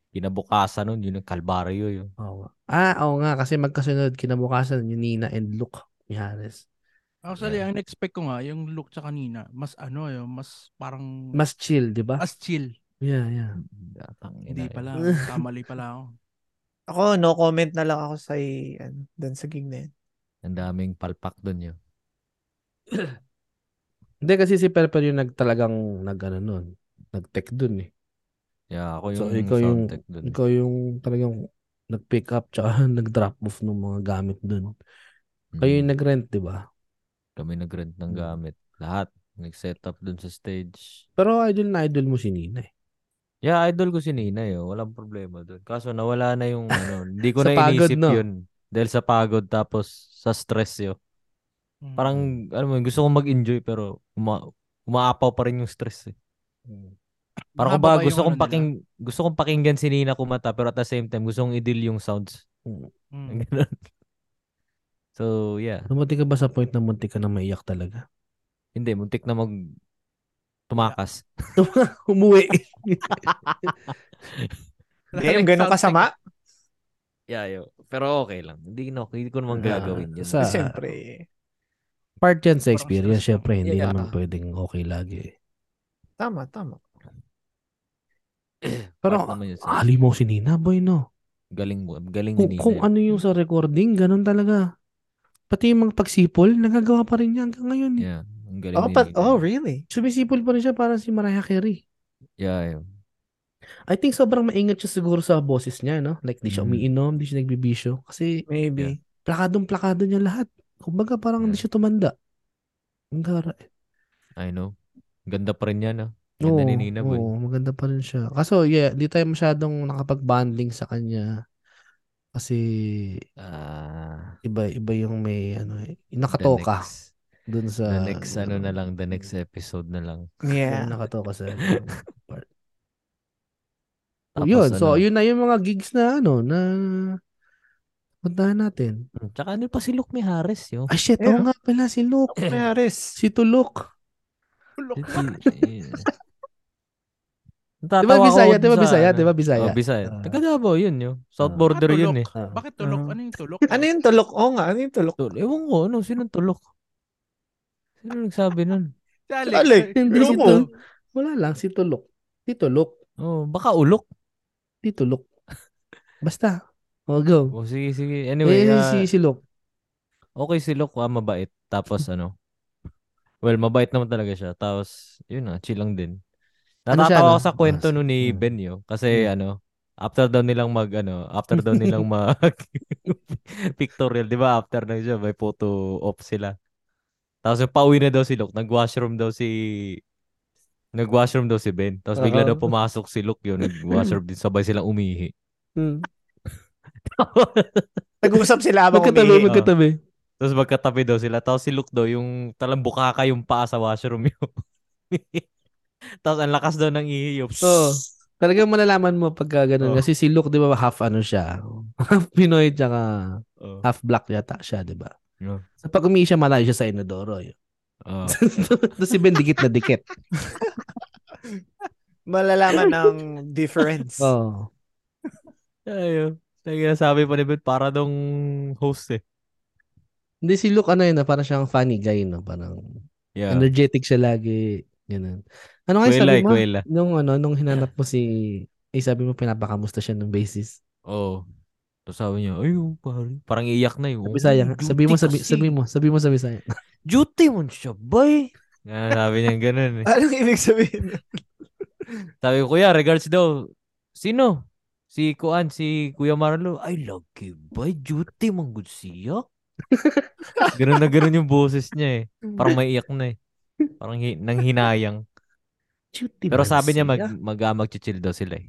A: Kinabukasan nun, yun yung kalbaryo yun.
B: Oo nga. Ah, oo nga, kasi magkasunod, kinabukasan yung Nina and Luke Mihares.
D: Actually,
A: Yeah.
D: ang expect ko nga, yung look sa kanina, mas ano, yung mas parang,
B: Mas chill, di ba?
D: as chill.
B: Yeah, yeah.
A: Datang,
D: Hindi
A: ina-
D: pala. Kamali pala ako.
C: Ako, no comment na lang ako sa, ano, dun sa gig na yun.
A: Ang daming palpak dun yun.
B: Hindi kasi si Perper yung nagtalagang nag ano nun, nag-tech dun eh.
A: Yeah, ako yung
B: So, ikaw
A: sound
B: yung-
A: tech dun.
B: Ikaw yung talagang nag-pick up tsaka nag-drop off ng mga gamit dun.
A: Mm.
B: Kayo yung nag-rent, di ba?
A: Kami nag-rent ng
B: Mm.
A: gamit. Lahat. Nag-set up dun sa stage.
B: Pero idol na idol mo si Nina eh.
A: Yeah, idol ko si Nina yun. Walang problema dun. Kaso nawala na yung ano. Hindi ko na
B: Sa pagod,
A: iniisip
B: no?
A: yun. Dahil sa pagod tapos sa stress yun.
D: Mm.
A: Parang, alam mo, yun, gusto kong mag-enjoy pero uma umaapaw pa rin yung stress eh. Parang
D: Mahaba
A: kumbaga
D: ba
A: gusto
D: yung
A: kong
D: ano nila?
A: paking gusto kong pakinggan si Nina kumanta pero at the same time gusto kong i-deal yung sounds.
D: Mm.
A: Ganun. so, yeah.
B: Dumating ka ba sa point na muntik ka na maiyak talaga?
A: Hindi, muntik na mag tumakas.
B: Umuwi.
C: Damn, ganun kasama?
A: Yeah, yo. Pero okay lang. Hindi, no, hindi ko naman
B: Yeah.
A: gagawin yun.
B: Sa- Ah.
C: Siyempre.
B: Part yan sa
D: Parang stress
B: experience.
D: lang.
B: Siyempre, hindi
A: Yeah.
B: naman pwedeng okay lagi. eh.
C: Tama, tama.
A: Pero,
B: Pero,
A: naman yun, sa-
B: ali mo si Nina, boy, no?
A: galing mo. Galing
B: Kung,
A: ni Nina.
B: kung
A: yun.
B: ano yung sa recording, ganun talaga. Pati yung mga pagsipol, nagagawa pa rin niya hanggang ngayon. eh.
A: Yeah. Ang galing
C: Oh,
A: ni
C: but,
A: Nina.
C: oh, really?
B: Sumisipol pa rin siya parang si Mariah Carey.
A: Yeah, yo.
B: I think sobrang maingat siya siguro sa boses niya, no? Like, di siya
A: Mhm.
B: umiinom, di siya nagbibisyo. Kasi,
C: Maybe.
B: plakadong-plakado niya lahat. Kumbaga, parang hindi
A: Yeah.
B: siya tumanda. Ang gara. eh.
A: I know. Ganda pa rin yan, ah. Ganda ni Nina, boy.
B: oo, maganda pa rin siya. Kaso, yeah, di tayo masyadong nakapag-bonding sa kanya. Kasi,
A: Ah,
B: iba, iba yung may, ano, eh,
A: the
B: nakatoka
A: next-
B: dun sa...
A: the next, ano na lang, the next episode na lang.
B: Yeah.
C: Yeah.
B: Nakatoka sa... part.
A: Tapos
B: Oh, yun, so,
A: ano?
B: yun na yung mga gigs na, ano, na... Puntahan natin.
A: Hmm, Tsaka ano pa si Luke Mihares, yo.
B: Ah, shit.
C: Yeah.
B: Oo nga pala, si
A: Ano?
B: Luke.
C: Maris.
B: Si Tulok.
D: Look.
A: eh.
B: Di ba Bisaya? Di ba Bisaya? Di ba
A: Oh,
B: Bisaya?
A: Bisaya.
B: Ah.
A: Taga Davao yun, yo. South
B: Ah.
A: border yun, eh.
B: Ah.
D: Bakit tulok?
C: Ah.
D: Ano yung tulok?
C: Ano yung tulok? Oo nga, ano yung tulok?
A: Tul- Ewan ko, ano? Sinong tulok? Sino nagsabi nun?
D: Si
C: Alex,
B: Hindi
C: Ewan
B: si
C: ko.
B: Tulok. Wala lang, si Tulok. Si Tulok.
A: Oh, baka ulok.
B: Si Tulok. Basta. O, go.
A: Oh, sige, sige. Anyway,
B: eh,
A: ah,
B: si, si Lok.
A: okay si Luke, ah, mabait. Tapos ano? Well, mabait naman talaga siya. Tapos, yun na, chill lang din.
B: Ano siya,
A: Natatawa
B: no?
A: ako sa kwento
B: Ah,
A: nun ni
B: mm.
A: Ben yo. Kasi
B: Mm.
A: ano, after daw nilang mag ano, after daw nilang mag pictorial, 'di ba? After na siya, may photo op sila. Tapos yung pauwi na daw si Luke, nag-washroom daw si nag-washroom daw si Ben. Tapos bigla daw
B: Oo.
A: pumasok si Luke yun, nag-washroom din sabay silang umihi.
B: Hmm.
C: Nag-uusap sila habang
B: Magkatabi,
C: umihi.
B: magkatabi.
A: Tapos magkatabi daw sila. Tapos si Luke daw, yung talang bukaka yung paa sa washroom yun. Tapos ang lakas daw ng ihi yun.
B: Oo. Oh, Talagang malalaman mo pagka ganun.
A: Oo.
B: Kasi si Lok, di ba, half ano siya. Half Pinoy, tsaka
A: Oo.
B: half black yata siya, di ba?
A: Yeah.
B: So, pag umihi siya, malayo siya sa Inodoro. Yun.
A: Oo.
B: Tapos si Ben, dikit na dikit.
C: Malalaman ng difference.
A: Oh.
B: Oo.
A: Ayun. Kaya sabi pa ni Ben, para dong host eh.
B: Hindi, si Lok, ano yun, ah, parang siyang funny guy, no? Parang
A: Yeah.
B: energetic siya lagi. Ganun. Ano nga yung
A: Kuwela
B: sabi
A: eh,
B: mo?
A: kuwela.
B: Nung ano, nung hinanap mo si... Eh, sabi mo pinapakamusta siya ng basis.
A: Oo. Tapos Oh. sabi niya, ayun, pare. Parang iyak na yun.
B: Sa Bisaya. nga. Sabi mo, sabi, sabi mo, sabi mo sa Bisaya.
A: Duty mo siya, boy. Ah, sabi niya ganun eh.
C: Anong ibig sabihin?
A: Sabi ko, kuya, regards daw. Sino? Si Kuan, si Kuya Marlo. I love you, boy. Duty mong good siya. ganun na ganun yung boses niya eh. Parang maiyak na eh. Parang hi- nang hinayang.
B: Duty
A: Pero
B: man
A: sabi niya
B: siya.
A: mag mag ah, mag-chill daw sila eh.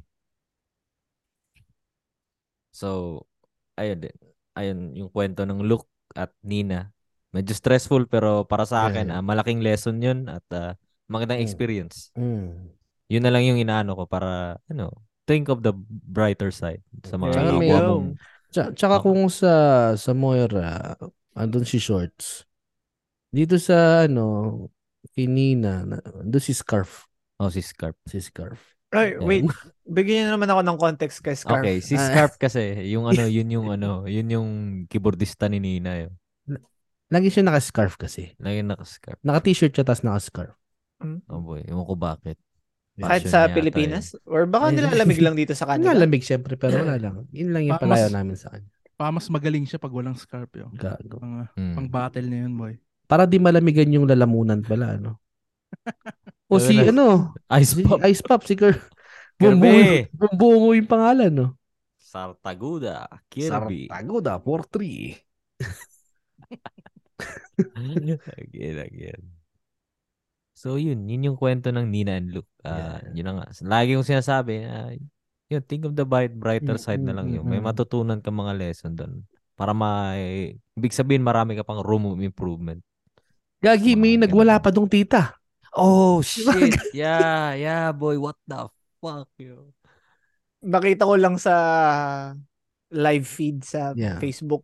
A: So, ayun din. Ayun yung kwento ng Luke at Nina. Medyo stressful pero para sa akin,
B: Yeah.
A: ah, malaking lesson yun at ah, magandang
B: Mm.
A: experience.
B: Mm.
A: Yun na lang yung inaano ko para, ano, think of the brighter side sa mga
B: Tsaka
A: kapwa
B: may-
A: mong
B: Tsaka, tsaka
A: Oo.
B: kung sa sa Moira, andun si Shorts. Dito sa ano, kinina, na- andun si Scarf.
A: Oh, si Scarf.
B: Si Scarf.
C: Ay,
A: Yeah.
C: wait. Bigyan niyo naman ako ng context kay Scarf.
A: Okay, si
B: Ah.
A: Scarf kasi, yung ano, yun yung ano, yun yung keyboardista ni Nina. Yun.
B: Lagi siya naka-scarf kasi.
A: Lagi naka-scarf.
B: Naka-t-shirt siya tapos naka-scarf.
C: Mm.
A: Oh boy, ewan ko bakit.
C: Kahit
A: Passion
C: sa
A: yata eh.
C: Pilipinas? Or baka
B: Ayun.
C: nilalamig lang dito
A: Ah,
C: sa
B: Ano
C: kanila?
B: lamig syempre pero wala lang. Yun lang yung
D: Pa-
B: palayo
D: mas-
B: namin sa kanya.
D: Pa mas magaling siya pag walang scarf
B: Hmm.
D: yun.
B: Gago.
D: Pang,
A: Mm.
D: pang battle na yun, boy.
B: Para di malamigan yung lalamunan pala ano. O si
A: Wala.
B: ano,
A: Ice
B: si
A: pop.
B: Ice Pop si Kirby.
A: Kirby.
B: Bumbuo mo yung pangalan no.
A: Sartaguda. Kirby.
B: Sartaguda 4-3.
A: again, again. So yun, yun yung kwento ng Nina and Luke. Ah, Yun na nga. Lagi kong sinasabi, ah, yun, think of the bright, brighter
B: Mm,
A: side na
B: mm,
A: lang
B: mm,
A: yun. May
B: mm.
A: matutunan ka mga lesson doon. Para ma... Ibig sabihin, marami ka pang room of improvement.
B: Gagi, may
A: Mga
B: nagwala
A: ganun.
B: pa dong tita.
A: Oh, shit. yeah, yeah, boy. What the fuck, yo?
C: Nakita ko lang sa live feed sa
B: Yeah.
C: Facebook.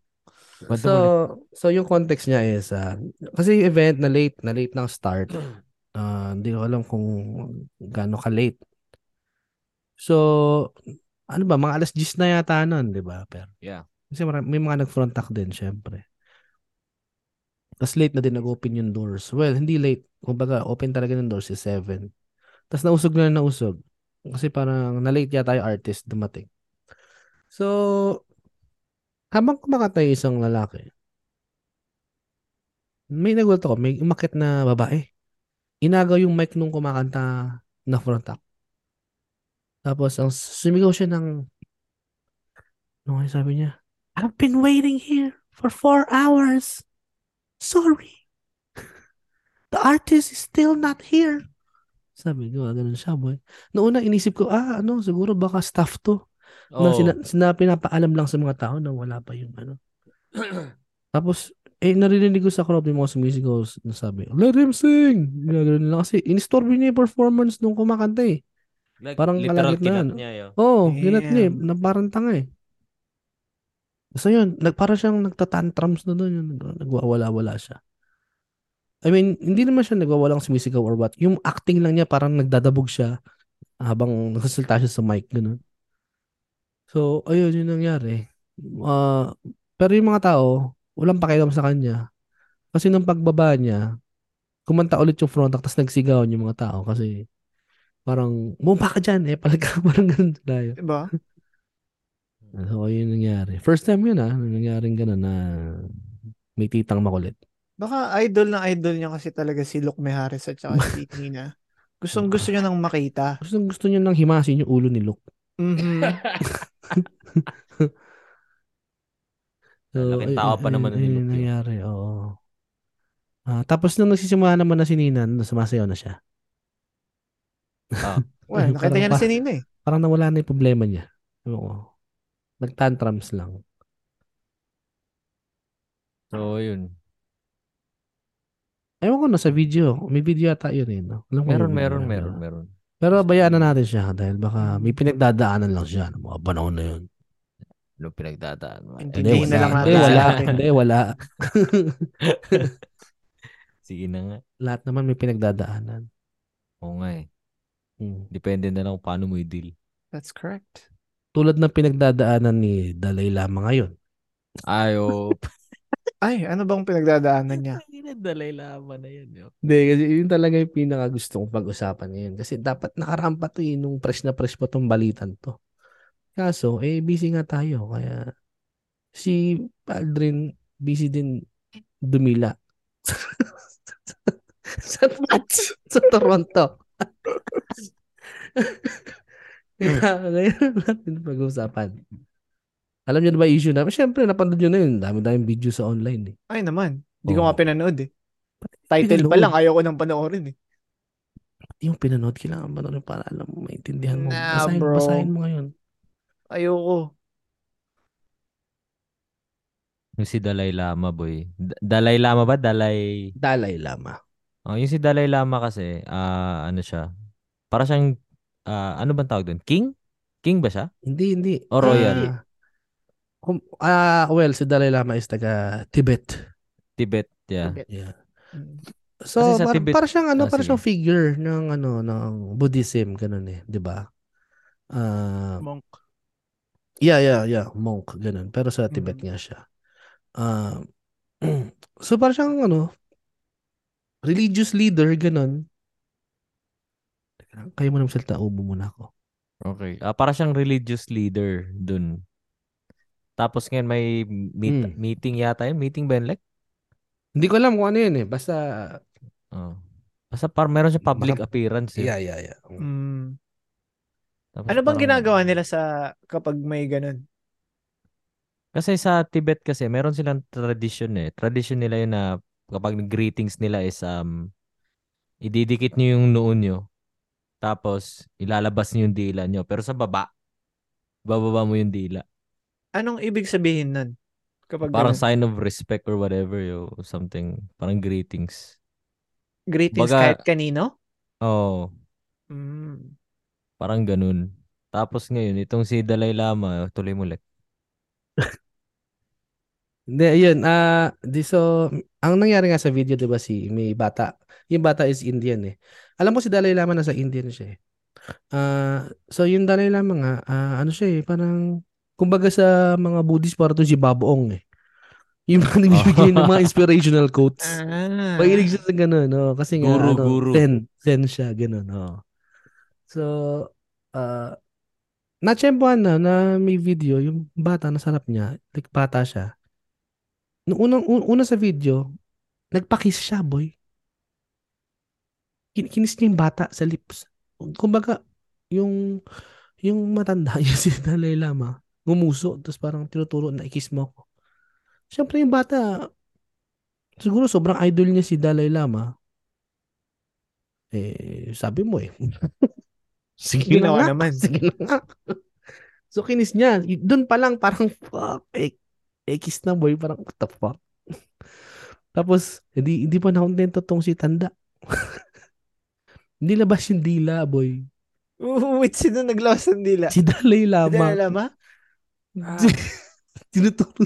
A: Kwento
B: so,
A: mo
B: so yung context niya is, ah, kasi yung event na late, na late ng start, Ah, hindi ko alam kung gaano ka late. So, ano ba, mga alas 10 na yata nun, di ba? Pero,
A: Yeah.
B: Kasi mara- may mga nag-front act din, syempre. Tapos late na din nag-open yung doors. Well, hindi late. Kumbaga, open talaga ng doors is 7. Tapos nausog na nausog. Kasi parang na-late yata yung artist dumating. So, habang kumakanta yung isang lalaki, may nagulat ako, may umakit na babae. Inagaw yung mic nung kumakanta na front act. Tapos, ang sumigaw siya ng ano nga yung sabi niya? I've been waiting here for four hours. Sorry. The artist is still not here. Sabi ko, ah, ganun siya, boy. Noong una, inisip ko, ah, ano, siguro baka staff to.
A: Oh.
B: Na sina, sina, pinapaalam lang sa mga tao na wala pa yung ano. Tapos, eh, naririnig ko sa crowd yung mga sumisigaw na sabi, let him sing! Ginagano nila kasi, inistorbo niya yung performance nung kumakanta eh.
A: Like,
B: parang
A: literal
B: kalagitnaan.
A: kinat niya, yo.
B: Oo, oh, ginat niya eh.
D: Damn.
B: Na parang tanga eh. So yun, nag, para siyang nagtatantrums na doon. Yun, nag- nagwawala-wala siya. I mean, hindi naman siya nagwawalang sumisigaw or what. Yung acting lang niya, parang nagdadabog siya habang nagsasalta siya sa mic, ganun. So, ayun, yun nangyari. Ah, pero yung mga tao, walang pakialam sa kanya. Kasi nung pagbaba niya, kumanta ulit yung front act, tapos nagsigaw yung mga tao kasi parang, mumpa ka dyan, eh, palagka, parang ganun sila eh. yun.
C: Diba?
B: So, yun nangyari. First time yun ah, nung nangyaring gano'n na may titang makulit.
C: Baka idol na idol niya kasi talaga si Luke Mejares at saka si Nina. Gustong gusto niya nang makita.
B: Gusto, gusto niya nang himasin yung ulo ni Luke.
A: Mm-hmm.
C: Mhm.
A: Malaking tao pa naman
B: ayun,
A: ni
B: ayun
A: Luke
B: yung
A: yun.
B: nangyari, oo. Ah, tapos nung nagsisimula naman na si Nina, sumasayaw na siya.
A: Ah.
C: Well, nakita niya na si Nina eh.
B: Parang nawala na yung problema niya. Ewan ko. Nagtantrums lang.
A: So, yun.
B: Ewan ko na sa video. May video yata yun eh. No? Alam ko
A: Meron,
B: may video
A: meron,
B: na,
A: meron,
B: pero-
A: meron.
B: Pero bayaan na natin siya dahil baka may pinagdadaanan lang siya. ng Mga panahon na yun.
A: Ano pinagdadaan? mo?
C: Hindi,
B: Hindi,
C: na lang
B: wala. Hindi,
C: natin.
B: wala. Hindi, wala.
A: Sige na nga.
B: Lahat naman may pinagdadaanan.
A: Oo nga eh.
B: Hmm.
A: Depende na lang kung paano mo i-deal.
C: That's correct.
B: Tulad ng pinagdadaanan ni Dalai Lama ngayon.
A: Ayo.
C: Ay, ano bang pinagdadaanan niya?
A: Dalay Lama na yan. Yo.
B: Hindi, kasi yun talaga yung pinaka gusto kong pag-usapan ngayon. Kasi dapat nakarampa to eh, nung fresh na fresh pa tong balitan to. Kaso, eh, busy nga tayo. Kaya, si Aldrin, busy din dumila. sa, sa Toronto. kaya, kaya natin pag-usapan. Alam niyo na ba yung issue namin? Siyempre, napanood nyo na yun. Dami-daming video sa online eh.
C: Ay naman, hindi ko
B: Oo.
C: nga pinanood eh. Title pa
B: pinanood.
C: lang, ayaw ko nang panoorin eh.
B: yung pinanood, kailangan ba nun para alam mo, maintindihan mo.
C: Nah,
B: basahin,
C: bro.
B: basahin mo ngayon.
C: Ayoko.
A: Yung si Dalai Lama, boy. D- Dalai Lama ba? Dalai...
B: Dalai Lama.
A: Oh, yung si Dalai Lama kasi, ah, ano siya? Para siyang, ah, ano bang tawag doon? King? King ba siya?
B: Hindi, hindi.
A: O royal?
B: Ah, kum- ah, well, si Dalai Lama is taga Tibet.
A: Tibet, yeah.
C: Tibet.
B: Yeah.
C: Mm.
B: So,
A: Kasi sa
B: par-
A: Tibet-
B: para siyang
A: Ah,
B: ano, para
A: sige.
B: siyang figure ng ano ng Buddhism ganun eh, 'di ba? Ah,
D: Monk.
B: yeah, yeah, yeah, monk ganun. Pero
A: Mm-hmm.
B: sa Tibet
C: Mm.
B: nga siya. Ah, so para siyang ano religious leader ganun. Teka lang, Kayo muna magsalita, ubo muna ako.
A: Okay. Ah, para siyang religious leader dun. Tapos ngayon may meet-
B: Hmm.
A: meeting yata yun. Meeting ba yun, Lek?
B: Hindi ko alam kung ano 'yun eh. Basta
A: Oh. Basta par meron siyang public appearance. Eh.
B: yeah, yeah, yeah.
C: Mm.
A: Tapos
C: Ano bang
A: parang-
C: ginagawa nila sa kapag may ganun?
A: Kasi sa Tibet kasi, meron silang tradition eh. Tradition nila yun na kapag greetings nila is um, ididikit nyo yung noon nyo. Tapos, ilalabas nyo yung dila nyo. Pero sa baba, bababa mo yung dila.
C: Anong ibig sabihin nun? Kapag
A: Parang
C: ganun?
A: sign of respect or whatever, yo, something. Parang greetings.
C: greetings
A: baga-
C: kahit kanino?
A: Oh,
C: Mm.
A: parang ganun. Tapos ngayon, itong si Dalai Lama, tuloy mo ulit.
B: Hindi, ayun. Ah, di so, ang nangyari nga sa video, di ba, si may bata. Yung bata is Indian eh. Alam ko si Dalai Lama nasa Indian siya eh. Ah, so, yung Dalai Lama nga, ah, ano siya eh, parang, kumbaga sa mga Buddhist, parang to si Baboong eh. Yung mga nagbibigay ng mga inspirational quotes.
C: Ah.
B: Mahilig siya sa ganun, no? Kasi nga,
A: Guru,
B: ano,
A: guru.
B: Zen, zen siya, ganun, no? So, uh, natsyempohan na na may video, yung bata na sarap niya, like bata siya. Noong unang, un- una sa video, nagpakiss siya, boy. Kin- kinis niya yung bata sa lips. Kumbaga, yung, yung matanda, yung si Dalai Lama, gumuso, tapos parang tinuturo na ikiss mo ako. Siyempre yung bata, siguro sobrang idol niya si Dalai Lama. Eh, sabi mo eh. Sige na
C: Ginawa
B: nga.
C: naman.
B: Sige na nga. So, kinis niya. Y- Doon pa lang, parang, fuck, eh, eh, kiss na boy. Parang, what the fuck? Tapos, hindi, hindi pa nakontento tong si Tanda. hindi labas yung dila, boy.
C: Ooh, wait, sino naglawas ng dila?
B: Si Dalai Lama.
C: Hindi alam ah. ha?
B: Tinuturo.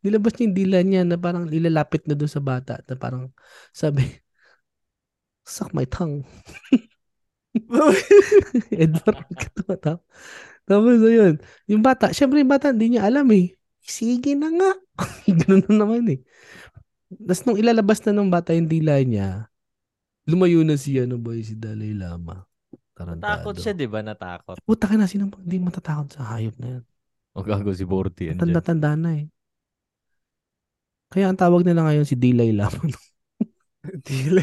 B: Nilabas niya yung dila niya na parang lilalapit na doon sa bata. Na parang sabi, suck my tongue. Edward, katumata. Tapos ayun, yung bata, syempre yung bata, hindi niya alam eh. Sige na nga. Ganun na naman eh. Tapos nung ilalabas na ng bata yung dila niya, lumayo na si ano boy, si Dalai Lama. Tarantado.
A: Natakot siya, di ba? Natakot.
B: Puta ka na, sino ba- hindi matatakot sa hayop na yan.
A: O gago si Borty. andyan.
B: Tanda-tanda na eh. Kaya ang tawag nila ngayon si Dalai Lama.
C: dila.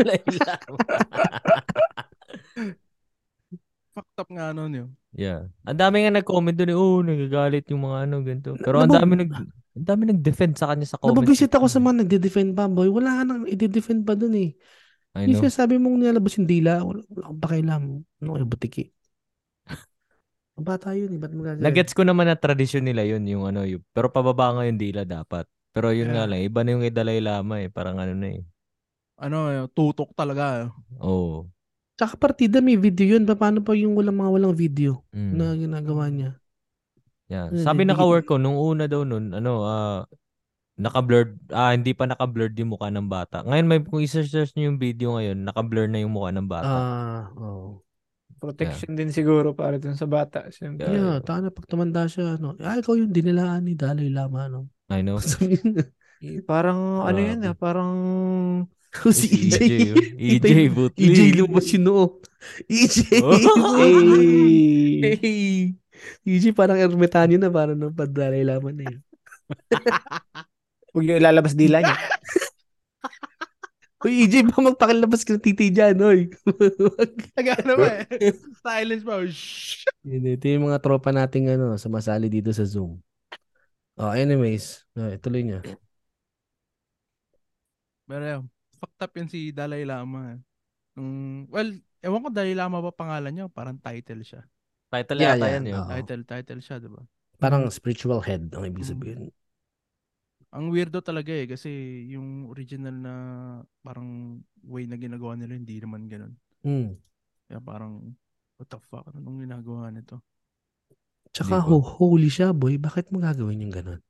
A: Dalai Lama.
D: Fucked up nga nun yun.
A: Yeah. Ang dami nga nag-comment doon, eh, oh, nagagalit yung mga ano, ganito. Pero ang
B: nabab-
A: dami nag ang dami nag-defend sa kanya sa comments.
B: Nababisit ako sa mga nagde-defend pa, boy. Wala ka nang i-defend pa dun eh.
A: I
B: Yung
A: know.
B: sinasabi mong nilalabas yung dila, wala, wala akong pakialam. Ano kayo, butiki? Ang Bata yun eh, ba't mo gagawin?
A: Nagets ko naman na tradisyon nila yun, yung ano, yung, pero pababa nga yung dila dapat. Pero yun nga
D: Yeah.
A: lang, iba na yung kay Dalai Lama eh, parang ano na eh.
D: Ano, eh, tutok talaga. eh.
A: Oo.
B: Tsaka partida may video yun. Pa- Paano pa yung walang mga walang video
A: Oh. Mm.
B: na ginagawa niya?
A: yeah.
B: ano,
A: Sabi
B: di-
A: na ka-work ko, nung una daw nun, ano, ah, naka-blurred, ah, hindi pa naka-blurred yung mukha ng bata. Ngayon, may, kung isa-search nyo yung video ngayon, naka-blur na yung mukha ng bata.
B: Ah, oo.
C: Protection din siguro para dun sa bata. Siyempre.
A: Yeah.
B: yeah, taka na pag tumanda siya, ano, ah, ikaw yung dinilaan ni Dalai Lama, ano.
A: I know.
B: Sabi niya,
C: Eh, Parang ano
A: Grabe.
C: yan ah, parang
B: "Ako si
A: E
B: E EJ.
A: oh. EJ, Butli.
B: EJ lumabas yung noo. EJ. Ah!
A: Oh.
C: hey,
B: Hey. EJ parang ermitanyo na, parang nung pag Dalai Lama na yun.
C: huwag niyo ilalabas eh. dila niya.
B: Uy, EJ, ba magpakilabas ka ng titi dyan, oy.
D: Nagano ba eh. Silence ba? Shhh!
B: Yun, ito yung mga tropa nating ano, sumasali dito sa Zoom. Oh, anyways, oh, ituloy niya.
D: Pero yun, fucked up yun si Dalai Lama. eh. Nung, well, ewan ko Dalai Lama ba pangalan niya? Parang title siya.
A: Title
B: Yeah,
A: yata
B: yeah,
A: yan yun.
B: oo.
D: Title, title siya, di ba?
B: Hmm. Parang spiritual head ang ibig
D: Mm.
B: sabihin.
D: Ang weirdo talaga eh kasi yung original na parang way na ginagawa nila hindi naman ganun.
B: Mm.
D: Kaya parang what the fuck anong ginagawa nito?
B: Tsaka
A: Hindi ko-
B: ho, holy siya, boy. Bakit mo gagawin yung ganun?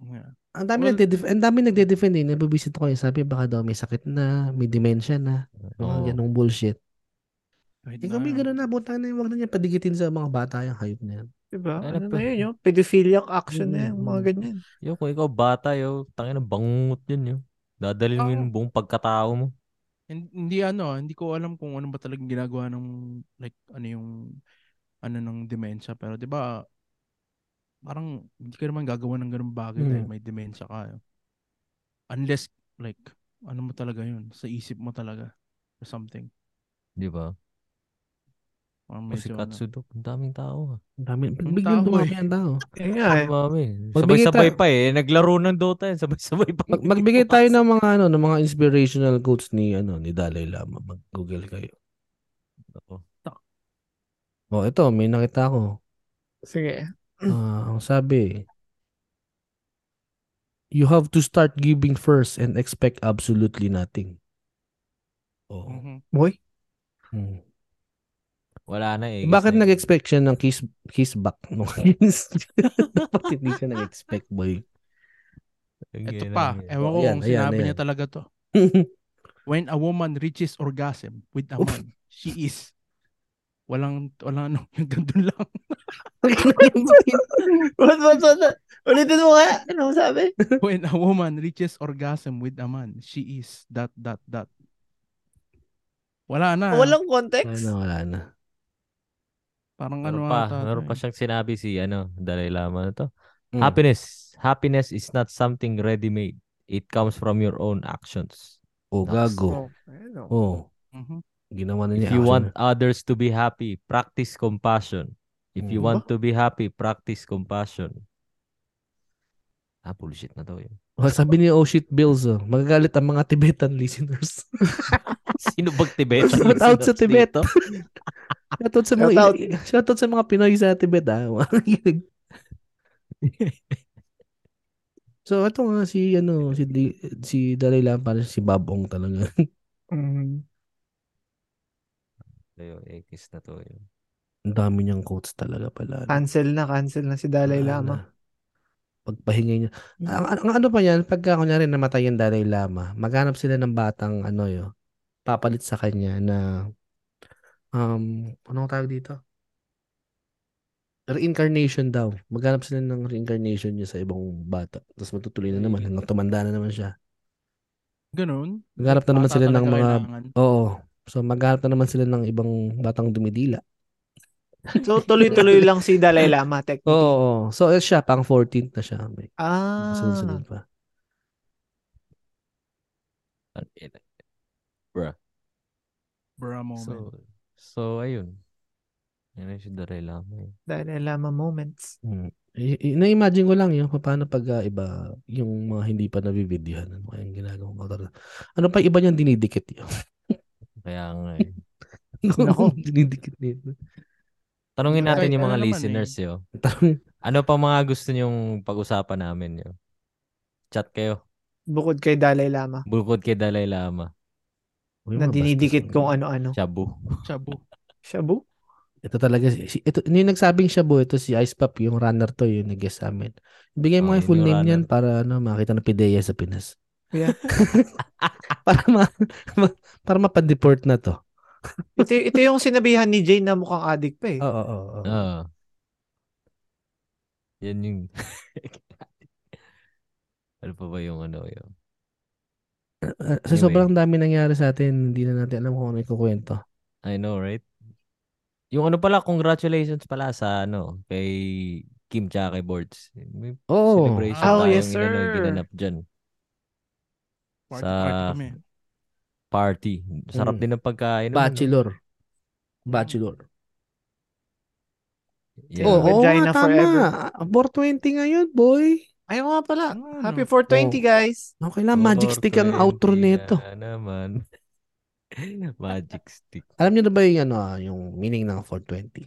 D: Yeah.
B: Ang dami
D: Well-
B: nagde-def- ang dami nagde-defend eh. Nabibisit ko yung sabi baka daw may sakit na, may dementia na, mga
C: Oo.
B: ganong bullshit.
D: Kahit
B: Ikaw Eh, may ganun na, buta na yun. Huwag na niya padikitin sa mga bata yung hype na yan.
C: Diba?
A: Ano
C: Ano,
A: pa?
C: na yun, yung pedophiliac action na yung mga
B: Mm.
C: ganyan.
A: Yo, kung ikaw bata, yo, tangin na bangungot yun, yo. Dadalhin mo
D: Oo.
A: yun yung buong pagkatao mo.
D: Hin- Hindi ano, ah, hindi ko alam kung ano ba talagang ginagawa ng like ano yung ano ng dementia pero 'di ba parang hindi ka naman gagawa ng ganung bagay dahil
B: Mm.
D: may dementia ka. eh. Unless like ano mo talaga 'yun, sa isip mo talaga or something.
A: Di ba?
D: Parang
A: O si
D: medyo ano.
A: Katsudo, ang daming tao. ah.
B: Ang dami.
D: Ang
B: Biglang
D: tao,
B: dumami
D: eh.
B: ang tao.
C: Yun nga eh.
A: Mami,
B: Magbigay
A: sabay-sabay
B: tayo-
A: pa eh. Naglaro ng Dota yan, sabay-sabay pa.
B: Mag- magbigay tayo ng mga ano, ng mga inspirational quotes ni ano ni Dalai Lama. Mag-google kayo.
A: Ako.
B: Oh, ito, may nakita ako.
C: Sige.
B: Ah, ang sabi, you have to start giving first and expect absolutely nothing. Oh.
D: Mhm.
C: Boy.
B: Hmm.
A: Wala na eh. Guess
B: Bakit
A: na-
B: nag-expect siya ng kiss, kiss back? No, kiss. Dapat hindi siya nag-expect, boy.
D: Ito
A: Yun
D: pa,
A: lang yun.
D: ewan ko
B: Oh, yan,
D: kung
B: ayan,
D: sinabi
B: ayan.
D: niya talaga to. When a woman reaches orgasm with a
B: Oof.
D: man, she is. Walang, walang ano, yung gandun lang.
C: What, what, what, what? Ulitin mo nga. Ano sabi?
D: When a woman reaches orgasm with a man, she is dot, dot, dot. Wala na.
C: Oh, Walang
B: wala
C: context.
B: na, wala na.
D: Parang ano
A: Meron pa,
D: ata.
A: meron pa
D: eh.
A: siyang sinabi si ano, Dalai Lama na to.
B: Mm.
A: Happiness. Happiness is not something ready-made. It comes from your own actions.
B: O,
C: Oh,
B: gago.
C: ayun, oh.
B: Oh,
D: Mhm.
B: ginawa na niya.
A: If you
B: action
A: want
B: na.
A: others to be happy, practice compassion. If you
B: Mm.
D: Hmm?
A: want to be happy, practice compassion. Ah, bullshit na daw yun.
B: Oh, sabi ni Oh Shit Bills, oh, magagalit ang mga Tibetan listeners.
A: Eh, Sino bang Tibet?
B: Shout out sa Tibet.
A: Dito?
B: Shoutout sa mga,
C: Shoutout.
B: shoutout sa mga Pinoy sa Tibet, ah. So ito nga si ano si Di- si Dalai Lama para si Babong talaga.
C: Mm.
A: Ayun, eh, kiss na to yun.
B: Ang dami niyang quotes talaga pala. ano.
C: Cancel na, cancel na si Dalai
B: Wala
C: Lama.
B: na. Pagpahingay niya. Ang, ang, ang ano pa yan, pagka kunyari namatay yung Dalai Lama, maghanap sila ng batang ano yo, papalit sa kanya na um, anong tawag dito? Reincarnation daw. Maghanap sila ng reincarnation niya sa ibang bata. Tapos matutuloy na naman hanggang tumanda na naman siya.
D: Ganun.
B: Maghanap na naman
D: Bata
B: sila ng
D: talaga ah.
B: mga
D: kailangan.
B: Oo. So maghanap na naman sila ng ibang batang dumidila.
C: So, tuloy-tuloy lang si Dalai Lama. Tech.
B: Oo. oo. So eh, siya, pang 14th na siya. May
C: Ah.
B: sunod-sunod pa.
A: Ang ina.
D: Bra moment.
A: So, so, ayun. Yan yung si Dalai Lama. eh.
C: Dalai Lama moments.
B: Mm. I- i- Na-imagine ko lang yun, paano pag ah, iba, yung mga hindi pa nabibidyohan, ano kaya yung ginagawa ko talaga. Ano pa iba niyang dinidikit yun?
A: Kaya nga eh.
C: Nako.
B: dinidikit niya.
A: Tanungin natin
D: Kahit
A: yung
D: ano
A: mga
D: naman eh.
A: listeners yo.
B: Tarang,
A: Ano pa mga gusto niyong pag-usapan namin yo? Chat kayo.
C: Bukod kay Dalai Lama.
A: Bukod kay Dalai Lama.
B: uy,
C: Na
B: mabastos
C: dinidikit
B: na.
C: kung ano-ano.
A: Shabu.
D: Shabu.
C: Shabu?
B: Ito talaga, si, si- ito, yung nagsabing siya bo, ito si Ice Pop, yung runner to, yung nag-guest sa amin. Bigay mo
A: Ah,
B: nga yung full
A: yun yung
B: name niyan
A: runner.
B: para ano, makita ng pideya sa Pinas.
C: Yeah.
B: para ma, ma- para mapadeport na to.
C: Ito, ito yung sinabihan ni Jane na mukhang addict pa eh.
B: Oo, oo, oo.
A: Ah. Yan yung... ano pa ba yung ano yun?
B: Ah, Sa
A: Anyway.
B: sobrang dami nangyari sa atin, hindi na natin alam kung ano ikukwento.
A: I know, right? Yung ano pala, congratulations pala sa ano, kay Kim tsaka kay Boards. May
B: Oo.
A: celebration
D: Oh,
A: tayong
C: yes,
A: inano,
C: sir.
A: ginanap dyan. Sa-
D: Party, party kami.
A: Party. Sarap
B: Mm.
A: din ng pagkain. ano? naman, no?
B: Bachelor. Bachelor.
A: Yeah.
B: Oo, oo
C: Vagina
B: nga,
C: forever.
B: tama. 420 ngayon, boy.
C: Ayaw nga pala.
D: Ano,
C: Happy
D: ano?
C: 420 guys.
B: Okay lang, ah, magic stick ang outro
A: 420
B: nito.
A: na naman. magic stick.
B: Alam niyo na ba yung, ano, ah, yung meaning ng 420?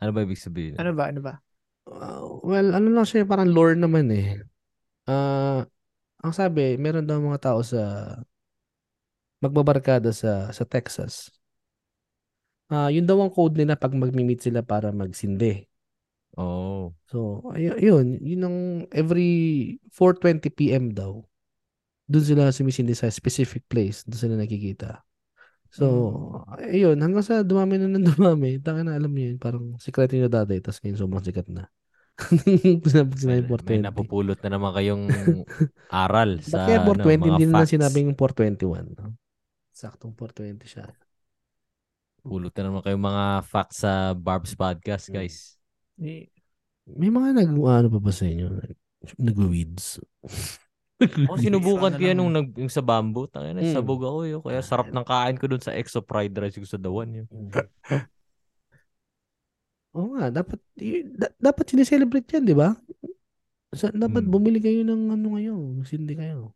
A: Ano ba ibig sabihin?
C: Ano ba? Ano ba?
B: Ah, Uh, well, ano lang siya, parang lore naman eh. Ah, ang sabi, meron daw mga tao sa magbabarkada sa sa Texas. Ah, yun daw ang code nila pag magmi-meet sila para magsindi.
A: Oh.
B: So, ay- yun, yun ang every 4:20 PM daw. Doon sila sumisindi sa specific place, doon sila nakikita. So,
A: Hmm.
B: ayun, hanggang sa dumami na ng dumami, taka na alam niyo yun, parang sikreto nyo dati, tapos ngayon sobrang sikat na. Sinabi
A: May,
B: sinabi
A: may
B: 420.
A: napupulot na naman kayong aral sa
B: Bakit kaya
A: ano,
B: 420,
A: mga
B: hindi na
A: facts.
B: sinabing 421. No? Saktong 420 siya.
A: Pulot na naman kayong mga facts sa Barb's Podcast,
D: Hmm.
B: Mm.
A: guys.
B: Eh, may mga nag, ano pa ba sa inyo? Nag-weeds.
A: Ako Oh, sinubukan
D: Sana Hmm.
A: ko yan
D: lang.
A: nung, nag, yung sa bamboo. Tangin na,
B: Mm.
A: sabog ako yun. Kaya sarap ng kain ko dun sa exo fried rice ko sa dawan yun.
D: Hmm.
B: Oo nga, dapat, y- da- dapat sineselebrate yan, di ba? Sa, dapat
A: Mm.
B: bumili kayo ng ano ngayon, hindi kayo.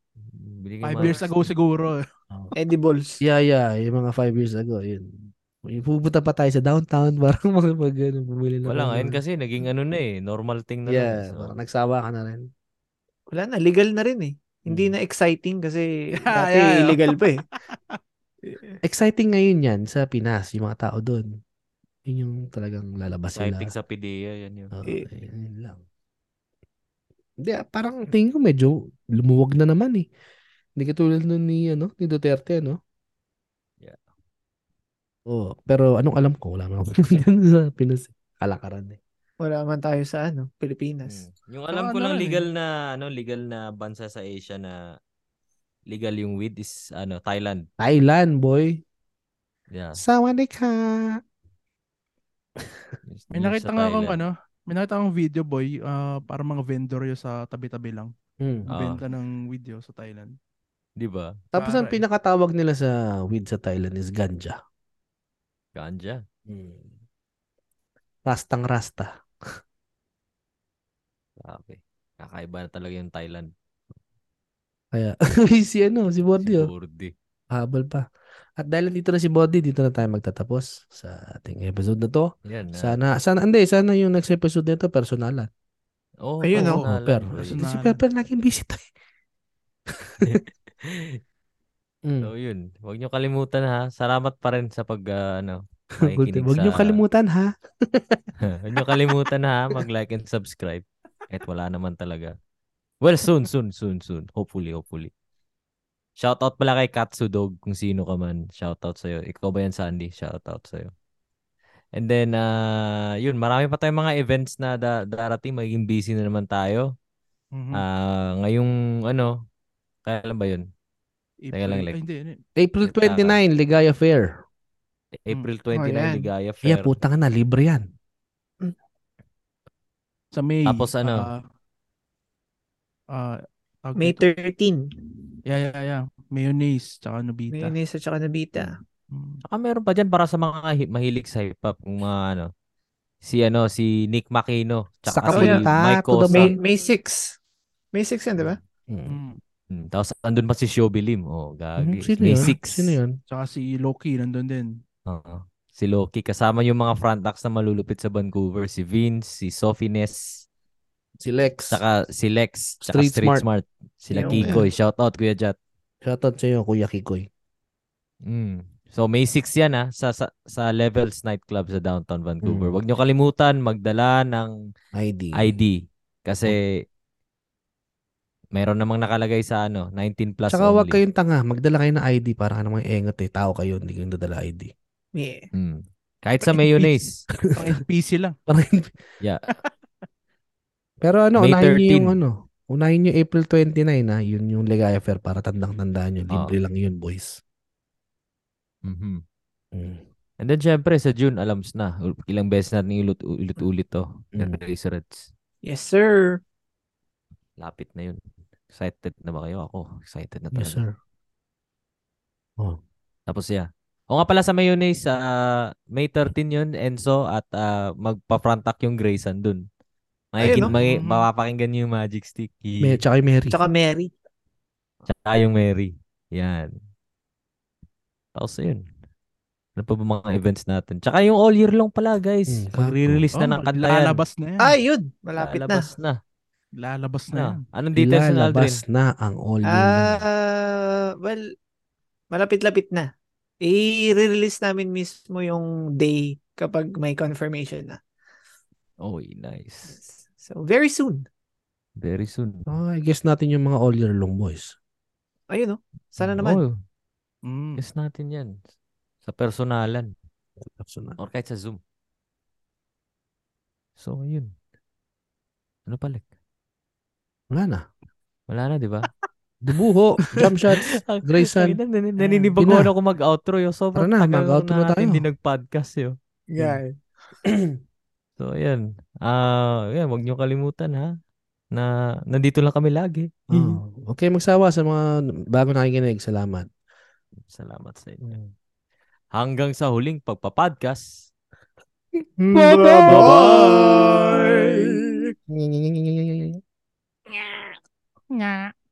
A: Bili kayo
D: Five
A: mga-
D: years ago siguro.
C: Edibles.
B: Yeah, yeah, yung mga five years ago, yun. Yung Pupunta pa tayo sa downtown, parang mga mag, ano, bumili na.
A: Wala,
B: kayo
A: ngayon
B: ng-
A: kasi naging ano na eh. Normal thing na
B: Yeah,
A: lang. eh. So,
B: parang nagsawa ka na rin.
C: Wala na, legal na rin eh. Hindi
B: Mm.
C: na exciting kasi dati
D: yeah, yeah.
C: illegal pa eh.
B: Exciting ngayon yan sa Pinas, yung mga tao doon. Yun yung talagang lalabas sila.
A: exciting sa PDEA, yan yun.
B: Oo,
C: Eh.
B: ayun, yun lang. Hindi, ah, parang tingin ko medyo lumuwag na naman eh. Hindi katulad nun ni, ano, ni Duterte, ano?
A: Yeah.
B: Oo, pero anong alam ko? Wala naman ako ganun sa Pinas. eh. Kalakaran eh.
C: Wala man tayo sa ano, Pilipinas.
A: Mm. Yung alam
D: Saka
A: ko
D: ano
A: lang
D: rin eh.
A: legal na ano legal na bansa sa Asia na legal yung weed is ano Thailand.
B: Thailand, boy. Ah.
A: Yeah.
B: Sawadika.
D: May
A: Yung sa
D: nakita nga akong
A: Thailand.
D: ano, may nakita akong video boy, ah, para mga vendor yun sa tabi-tabi lang.
B: Mm.
A: Ah.
D: Benta ng video sa Thailand.
A: 'Di ba?
B: Tapos
D: para
B: ang
D: eh.
B: pinakatawag nila sa weed sa Thailand is ganja.
A: Ganja.
B: Hmm. Rastang rasta.
A: Okay. Kakaiba na talaga yung Thailand.
B: Kaya, si ano, si Bordy,
A: Si
B: oh.
A: Bordy.
B: Habol pa. At dahil dito na si Bordy, dito na tayo magtatapos sa ating episode na to.
A: Yan. ah. na.
B: Sana, sana, hindi, sana yung next episode nito personalan.
A: Oh,
C: Ayun,
A: personalan,
D: oh.
B: Oh, pero,
A: boy.
B: si,
D: Personalan.
B: si Pepper laging busy tayo. Mm.
A: so, yun. Huwag niyo kalimutan ha. Salamat pa rin sa pag ah, ano.
B: Good.
A: makikinig
B: Huwag
A: sa-
B: niyo kalimutan ha.
A: Huwag niyo kalimutan ha. Mag-like and subscribe. At wala naman talaga. Well, soon, soon, soon, soon. Hopefully, hopefully. Shoutout pala kay Katsu Dog kung sino ka man. Shoutout sa'yo. Ikaw ba yan, Sandy? Shoutout sa'yo. And then, ah, yun, marami pa tayong mga events na da- darating. Magiging busy na naman tayo.
C: Hmm.
D: Mhm.
A: Ah, ngayong, ano, kaya lang ba yun? teka lang,
D: April-
A: like-
D: ay, hindi, hindi.
B: April 29, Ligaya Fair.
A: April
C: Oh,
A: 29,
C: yan.
A: Ligaya
B: Iya,
A: Fair.
B: puta ka na, libre yan.
D: Sa May.
A: Tapos ano?
D: ah, ah, tawag
C: May
D: dito?
C: 13,
D: Yeah, yeah, yeah. Mayonnaise, tsaka Nobita.
C: mayonnaise at saka nabita.
D: Mm.
A: Saka Ah, meron pa dyan para sa mga hi- mahilig sa hip-hop. Yung mga, ano, si, ano, si Nick Makino. Tsaka
B: Saka ah,
A: si
C: punta
A: Mike
B: to the
A: Cosa.
B: main-
C: May, May 6. May 6 yan, di ba?
B: Mm.
D: Mm.
A: Mm, tapos andun pa si Shobilim. Oh, gagi.
B: Mm-hmm. Hmm, Sino
A: May
B: yun?
A: six.
B: Sino yun?
D: Tsaka si Loki, nandun din.
A: Oo. Si Loki. Kasama yung mga front acts na malulupit sa Vancouver. Si Vince, si Sophie Ness,
B: Si Lex.
A: saka si Lex, saka
B: Street
A: Street,
B: Smart.
A: Smart. Sila
C: Yung-
A: Kikoy. Shout out, Kuya Jat.
B: Shoutout sa'yo, Kuya Kikoy.
A: Mm. So May 6 yan ha, sa, sa, sa Levels Nightclub sa downtown Vancouver.
B: Mm.
A: Huwag nyo kalimutan magdala ng
B: ID.
A: ID.
B: Oh.
A: Kasi mayroon namang nakalagay sa ano, 19 plus
B: Tsaka huwag
A: only.
B: kayong tanga. Magdala kayo ng ID. Para ka namang engat eh. Tao kayo. Hindi kayo dadala ID.
C: Yeah.
A: Mm. Kahit sa mayonnaise.
D: Pang SPC lang.
B: Parang-
A: Yeah.
B: Pero ano,
A: May
B: unahin niyo
A: 13.
B: yung ano. Unahin niyo April 29 na. Yun yung Legaya Fair para tandang-tandaan nyo. Libre lang yun, boys.
A: Mhm.
B: Mm.
A: And then, syempre, sa June, alams na. Ul- Ilang beses natin ilut- ulit-ulit to.
B: Mm.
A: Razorettes.
C: Yes, sir.
A: Lapit na yun. Excited na ba kayo? Ako, excited na talaga.
B: Yes, sir.
A: Tapos, yeah. O nga pala sa mayonnaise, ah, May 13 yun, Enzo, at ah, magpa-frontak yung Grayson dun. May,
C: Ayun,
A: Ayun,
C: no?
A: may
D: Mhm.
A: mapapakinggan niyo yung Magic Stick.
B: Mm-hmm. May,
A: Yee.
B: tsaka yung Mary.
C: Tsaka Mary.
A: Tsaka yung Mary. Yan. Tapos, yun. Ano pa ba mga events natin? Tsaka yung all year long pala, guys.
B: Mm,
A: Magre-release na
D: Oh,
A: ng kanta yan.
D: lalabas na yan.
C: Ah, yun. Malapit na.
A: Lalabas na.
D: Lalabas na yan.
A: Ano? Anong details ng Aldrin?
B: Lalabas na ang all new na.
C: Ah, well, malapit-lapit na. I-release namin mismo yung day kapag may confirmation na.
A: Oy, Oh, nice.
C: So, very soon.
A: Very soon.
B: Oh, I guess natin yung mga all year long boys.
C: Ayun, oh. Sana naman.
A: Oh,
D: Mm.
A: guess natin yan. Sa personalan.
B: Personal.
A: Or kahit sa Zoom. So, yun. Ano palik?
B: Wala na.
A: Wala na, di ba?
B: Dubuho, jump shots. Grayson.
A: Tangina, nan- Naninibag
B: Yun
A: ko
B: na.
A: na ako mag-outro. Yo. Sobrang
B: Tara na,
A: tagal
B: mag-outro na tayo.
A: Hindi nag-podcast. Yo.
C: Yeah.
A: So, ayan. Ah, ayan, wag niyo kalimutan ha na nandito lang kami lagi.
B: Oh. Okay, magsawa sa mga bago nakikinig. Salamat.
A: Salamat sa inyo. Hanggang sa huling pagpa-podcast.
B: Bye-bye!
E: Nga.